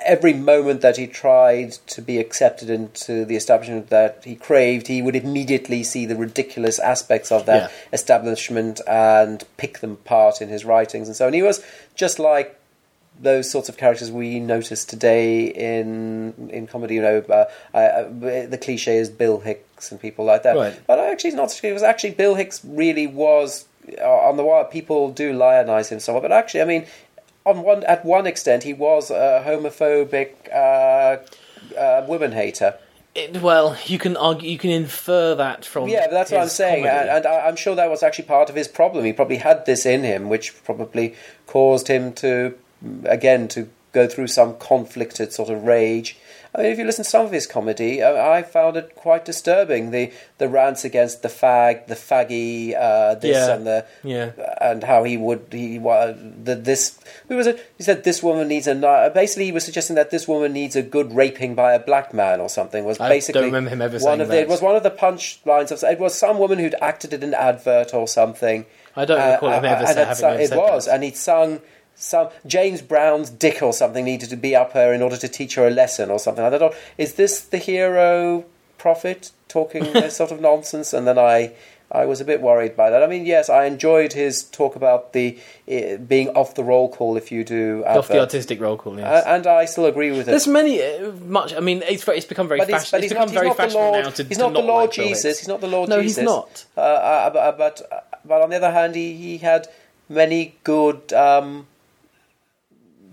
[SPEAKER 2] every moment that he tried to be accepted into the establishment that he craved, he would immediately see the ridiculous aspects of that
[SPEAKER 1] Yeah.
[SPEAKER 2] establishment and pick them apart in his writings and so on. He was just like those sorts of characters we notice today in in comedy. You know, uh, I, I, the cliche is Bill Hicks and people like that.
[SPEAKER 1] Right.
[SPEAKER 2] But actually, it's not such. It was actually Bill Hicks really was uh, on the wire. People do lionize him somewhat, but actually, I mean, on one at one extent, he was a homophobic uh, uh, woman hater.
[SPEAKER 1] It- well, you can argue, you can infer that from
[SPEAKER 2] Yeah, but that's what I'm
[SPEAKER 1] his
[SPEAKER 2] saying, uh,
[SPEAKER 1] comedy.
[SPEAKER 2] and, and I, I'm sure that was actually part of his problem. He probably had this in him, which probably caused him to, again, to go through some conflicted sort of rage. I mean, if you listen to some of his comedy, I, I found it quite disturbing. The the rants against the fag, the faggy, uh, this
[SPEAKER 1] Yeah.
[SPEAKER 2] and the
[SPEAKER 1] Yeah.
[SPEAKER 2] and how he would he wa- the, this who was it? He said this woman needs a ni- basically he was suggesting that this woman needs a good raping by a black man or something. Was
[SPEAKER 1] I don't
[SPEAKER 2] basically
[SPEAKER 1] remember him ever
[SPEAKER 2] one
[SPEAKER 1] saying
[SPEAKER 2] of
[SPEAKER 1] that.
[SPEAKER 2] The, it was one of the punchlines of it was some woman who'd acted in an advert or something. Uh,
[SPEAKER 1] I don't recall him ever
[SPEAKER 2] and
[SPEAKER 1] sa-
[SPEAKER 2] had
[SPEAKER 1] having
[SPEAKER 2] sung-
[SPEAKER 1] ever
[SPEAKER 2] It
[SPEAKER 1] said
[SPEAKER 2] was,
[SPEAKER 1] that.
[SPEAKER 2] and he'd sung some James Brown's dick or something needed to be up her in order to teach her a lesson or something like that. Or, is this the hero prophet talking this sort of nonsense? And then I. I was a bit worried by that. I mean, yes, I enjoyed his talk about the uh, being off the roll call if you do
[SPEAKER 1] off the
[SPEAKER 2] adverts.
[SPEAKER 1] artistic roll call. Yes.
[SPEAKER 2] Uh, and I still agree with it.
[SPEAKER 1] There's many uh, much. I mean, it's it's become very
[SPEAKER 2] But he's,
[SPEAKER 1] fashion.
[SPEAKER 2] but
[SPEAKER 1] It's
[SPEAKER 2] he's
[SPEAKER 1] become
[SPEAKER 2] not, he's
[SPEAKER 1] very
[SPEAKER 2] not the
[SPEAKER 1] fashionable
[SPEAKER 2] Lord.
[SPEAKER 1] now to
[SPEAKER 2] he's
[SPEAKER 1] to
[SPEAKER 2] not the Lord
[SPEAKER 1] like Bill Hicks.
[SPEAKER 2] Jesus. He's not the Lord
[SPEAKER 1] No, he's
[SPEAKER 2] Jesus.
[SPEAKER 1] not.
[SPEAKER 2] Uh, uh, but- uh, but uh, but on the other hand, he, he had many good um,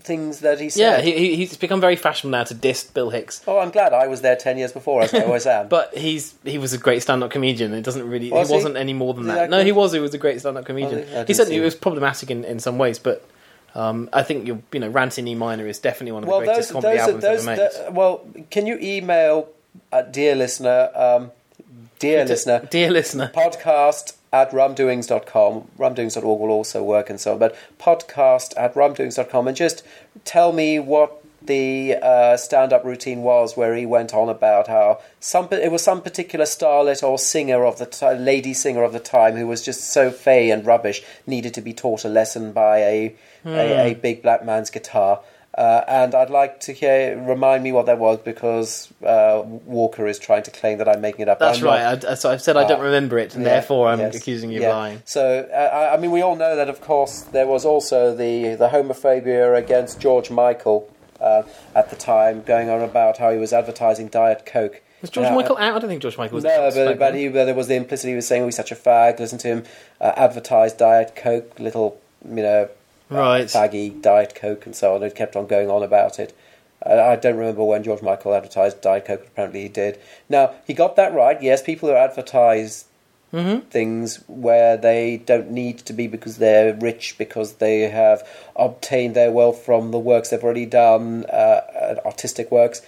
[SPEAKER 2] things that he said.
[SPEAKER 1] Yeah, he, he, he's become very fashionable now to diss Bill Hicks.
[SPEAKER 2] oh, I'm glad I was there ten years before, as I always am.
[SPEAKER 1] But he's he was a great stand-up comedian. It doesn't really
[SPEAKER 2] Was
[SPEAKER 1] he
[SPEAKER 2] he?
[SPEAKER 1] wasn't any more than
[SPEAKER 2] Did
[SPEAKER 1] that.
[SPEAKER 2] that
[SPEAKER 1] No,
[SPEAKER 2] come-
[SPEAKER 1] he was. He was a great stand-up comedian.
[SPEAKER 2] I didn't
[SPEAKER 1] he
[SPEAKER 2] see
[SPEAKER 1] certainly
[SPEAKER 2] it.
[SPEAKER 1] was problematic in, in some ways, but um, I think you you know Ranting E Minor is definitely one of the greatest comedy
[SPEAKER 2] are-
[SPEAKER 1] albums ever made.
[SPEAKER 2] tho- well, can you email, uh, dear listener, um, dear listener,
[SPEAKER 1] dear listener,
[SPEAKER 2] podcast at rumdoings.com. Rumdoings.org will also work and so on, but podcast at rumdoings.com and just tell me what the uh, stand-up routine was where he went on about how some it was some particular starlet or singer of the ti lady singer of the time who was just so fey and rubbish needed to be taught a lesson by a a,
[SPEAKER 1] Hmm.
[SPEAKER 2] a big black man's guitar uh, and I'd like to hear remind me what that was because uh, Walker is trying to claim that I'm making it up
[SPEAKER 1] that's
[SPEAKER 2] I'm not-
[SPEAKER 1] right. I, I- so I've said I don't remember it, and
[SPEAKER 2] yeah,
[SPEAKER 1] therefore I'm
[SPEAKER 2] yes,
[SPEAKER 1] accusing you
[SPEAKER 2] yeah.
[SPEAKER 1] of lying.
[SPEAKER 2] So, uh, I- I mean, we all know that, of course, there was also the, the homophobia against George Michael uh, at the time, going on about how he was advertising Diet Coke.
[SPEAKER 1] Was George
[SPEAKER 2] Now,
[SPEAKER 1] Michael out? I don't think George Michael was
[SPEAKER 2] no,
[SPEAKER 1] out.
[SPEAKER 2] but, but, he, but there was the implicit he was saying, "Oh, he's such a fag." Listen to him uh, advertise Diet Coke, little you know, uh,
[SPEAKER 1] Right.
[SPEAKER 2] faggy Diet Coke, and so on. It kept on going on about it. Uh, I don't remember when George Michael advertised Diet Coke. but Apparently, he did. Now he got that right. Yes, people who advertise
[SPEAKER 1] Mm-hmm.
[SPEAKER 2] things where they don't need to be because they're rich, because they have obtained their wealth from the works they've already done, uh, artistic works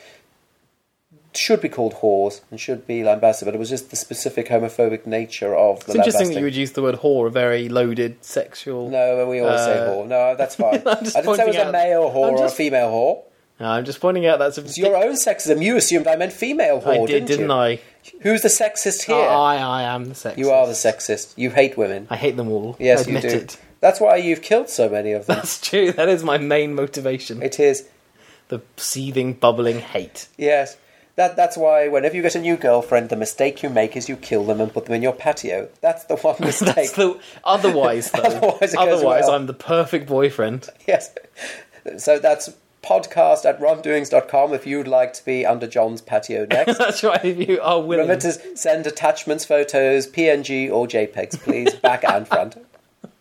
[SPEAKER 2] should be called whores and should be lambasted, but it was just the specific homophobic nature of the
[SPEAKER 1] It's interesting that
[SPEAKER 2] lambasting.
[SPEAKER 1] you would use the word whore, a very loaded sexual.
[SPEAKER 2] No, we all say
[SPEAKER 1] Uh,
[SPEAKER 2] whore. No, that's fine.
[SPEAKER 1] I'm
[SPEAKER 2] I didn't
[SPEAKER 1] just
[SPEAKER 2] say it was
[SPEAKER 1] pointing
[SPEAKER 2] a
[SPEAKER 1] out-
[SPEAKER 2] male whore
[SPEAKER 1] I'm
[SPEAKER 2] or a
[SPEAKER 1] just-
[SPEAKER 2] female whore.
[SPEAKER 1] No, I'm just pointing out that's a.
[SPEAKER 2] It's your own sexism. You assumed I meant female whore,
[SPEAKER 1] I did,
[SPEAKER 2] didn't,
[SPEAKER 1] didn't
[SPEAKER 2] you?
[SPEAKER 1] I?
[SPEAKER 2] Who's the sexist here?
[SPEAKER 1] I, I am the sexist.
[SPEAKER 2] you are the sexist. You hate women.
[SPEAKER 1] I hate them all.
[SPEAKER 2] Yes,
[SPEAKER 1] admit
[SPEAKER 2] you do.
[SPEAKER 1] it.
[SPEAKER 2] That's why you've killed so many of them.
[SPEAKER 1] That's true. That is my main motivation.
[SPEAKER 2] it is
[SPEAKER 1] the seething, bubbling hate.
[SPEAKER 2] yes. That, that's why whenever you get a new girlfriend, the mistake you make is you kill them and put them in your patio. That's the one mistake.
[SPEAKER 1] That's the otherwise though.
[SPEAKER 2] Otherwise it goes
[SPEAKER 1] otherwise
[SPEAKER 2] well.
[SPEAKER 1] I'm the perfect boyfriend.
[SPEAKER 2] Yes. So that's podcast at wrongdoings.com if you'd like to be under John's patio next.
[SPEAKER 1] That's right. If you are willing,
[SPEAKER 2] Remember to send attachments, photos, PNG or JPEGs, please, back and front.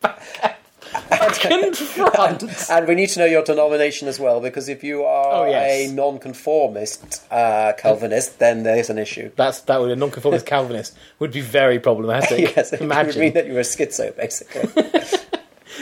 [SPEAKER 1] confront.
[SPEAKER 2] And we need to know your denomination as well, because if you are
[SPEAKER 1] Oh, yes.
[SPEAKER 2] a nonconformist uh, Calvinist, then there's an issue.
[SPEAKER 1] That's that would a nonconformist Calvinist would be very problematic.
[SPEAKER 2] Yes, it would
[SPEAKER 1] Imagine
[SPEAKER 2] mean that you're a schizo, basically.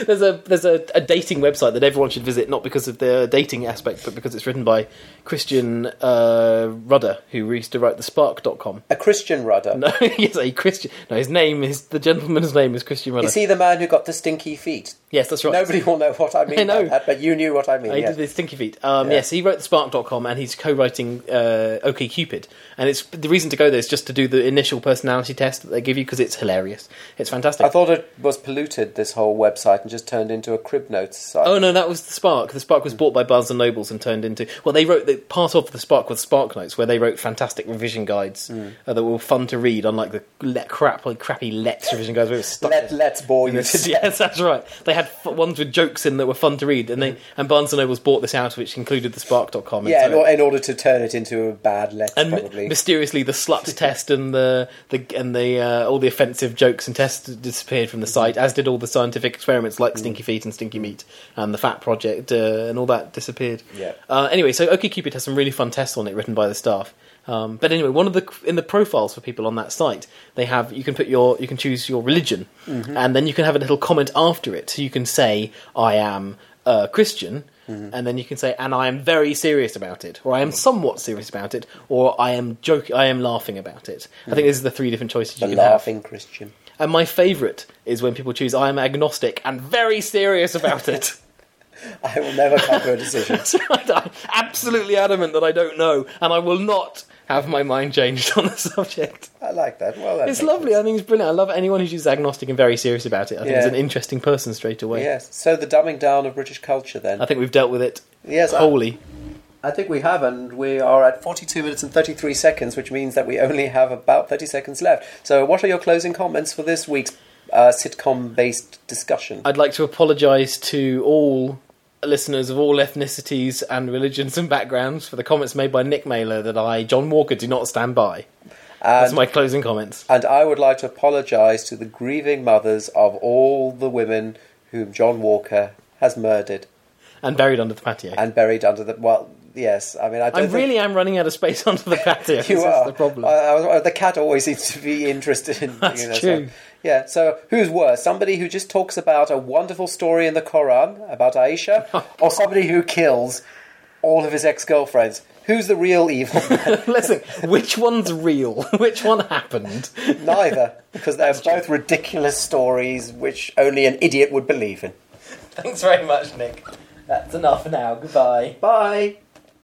[SPEAKER 1] there's a there's a, a dating website that everyone should visit, not because of the dating aspect, but because it's written by Christian uh, Rudder, who used to write the Spark.com.
[SPEAKER 2] a Christian rudder.
[SPEAKER 1] No, he's a Christian. No, his name is the gentleman's name is Christian Rudder.
[SPEAKER 2] Is he the man who got the stinky feet?
[SPEAKER 1] yes, that's right.
[SPEAKER 2] Nobody will know what I mean
[SPEAKER 1] I know.
[SPEAKER 2] by that, but you knew what I mean.
[SPEAKER 1] He
[SPEAKER 2] yes.
[SPEAKER 1] did the Stinky Feet. Um,
[SPEAKER 2] Yeah.
[SPEAKER 1] Yes, he wrote the Spark.com and he's co-writing uh, OK Cupid. And it's the reason to go there is just to do the initial personality test that they give you because it's hilarious. It's fantastic.
[SPEAKER 2] I thought it was polluted, this whole website, and just turned into a crib notes site.
[SPEAKER 1] Oh no, that was the Spark. The Spark was bought by Barnes and Nobles and turned into. Well, they wrote the part of the Spark was Spark Notes, where they wrote fantastic revision guides uh, that were fun to read, unlike the le- crap, like crappy Let's revision guides. Where it was stuck
[SPEAKER 2] Let,
[SPEAKER 1] in-
[SPEAKER 2] let's bore you to
[SPEAKER 1] Yes,
[SPEAKER 2] death.
[SPEAKER 1] yes, that's right. They had f- ones with jokes in that were fun to read, and they and Barnes and Nobles bought this out, which included the Spark.com. and so
[SPEAKER 2] Yeah, in,
[SPEAKER 1] it-
[SPEAKER 2] or, in order to turn it into a bad let's,
[SPEAKER 1] and
[SPEAKER 2] probably.
[SPEAKER 1] mysteriously the slut test and the the and the uh, all the offensive jokes and tests disappeared from the
[SPEAKER 2] Mm-hmm.
[SPEAKER 1] site, as did all the scientific experiments
[SPEAKER 2] Mm.
[SPEAKER 1] like Stinky Feet and Stinky Meat and the Fat Project uh, and all that disappeared.
[SPEAKER 2] Yeah.
[SPEAKER 1] Uh, anyway, so OkCupid has some really fun tests on it written by the staff. Um, but anyway, one of the in the profiles for people on that site, they have you can put your you can choose your religion, and then you can have a little comment after it. So you can say, "I am a Christian," and then you can say, "And I am very serious about it," or "I am somewhat serious about it," or "I am joke, I am laughing about it." I think these are the three different choices
[SPEAKER 2] the
[SPEAKER 1] you can have.
[SPEAKER 2] laughing Christian.
[SPEAKER 1] And my favourite is when people choose, "I am agnostic and very serious about it."
[SPEAKER 2] I will never come to a decision.
[SPEAKER 1] That's right. I'm absolutely adamant that I don't know, and I will not have my mind changed on the subject.
[SPEAKER 2] I like that. Well, that
[SPEAKER 1] It's
[SPEAKER 2] makes
[SPEAKER 1] lovely. I think it's brilliant. I love anyone who's just agnostic and very serious about it. I think
[SPEAKER 2] Yeah.
[SPEAKER 1] is an interesting person straight away.
[SPEAKER 2] sense. Yes. So the dumbing down of British culture, then.
[SPEAKER 1] I think we've dealt with it
[SPEAKER 2] yes, I,
[SPEAKER 1] wholly.
[SPEAKER 2] I think we have, and we are at 42 minutes and 33 seconds, which means that we only have about 30 seconds left. So, what are your closing comments for this week's uh, sitcom-based discussion?
[SPEAKER 1] I'd like to apologise to all listeners of all ethnicities and religions and backgrounds for the comments made by Nick Mailer that I, John Walker, do not stand by. That's my closing comments.
[SPEAKER 2] And I would like to apologise to the grieving mothers of all the women whom John Walker has murdered
[SPEAKER 1] And buried under the patio.
[SPEAKER 2] and buried under the. Well, yes, I mean, I
[SPEAKER 1] I
[SPEAKER 2] don't think
[SPEAKER 1] really am running out of space under the patio. this
[SPEAKER 2] you
[SPEAKER 1] is
[SPEAKER 2] are.
[SPEAKER 1] the problem.
[SPEAKER 2] Uh, uh, the cat always seems to be interested in.
[SPEAKER 1] That's
[SPEAKER 2] you know, so-
[SPEAKER 1] true.
[SPEAKER 2] yeah, so who's worse? Somebody who just talks about a wonderful story in the Quran about Aisha, or somebody who kills all of his ex girlfriends? Who's the real evil?
[SPEAKER 1] Let's think. Which one's real? Which one happened?
[SPEAKER 2] Neither, because they're both ridiculous stories which only an idiot would believe in.
[SPEAKER 1] Thanks very much, Nick. That's enough now. Goodbye.
[SPEAKER 2] Bye.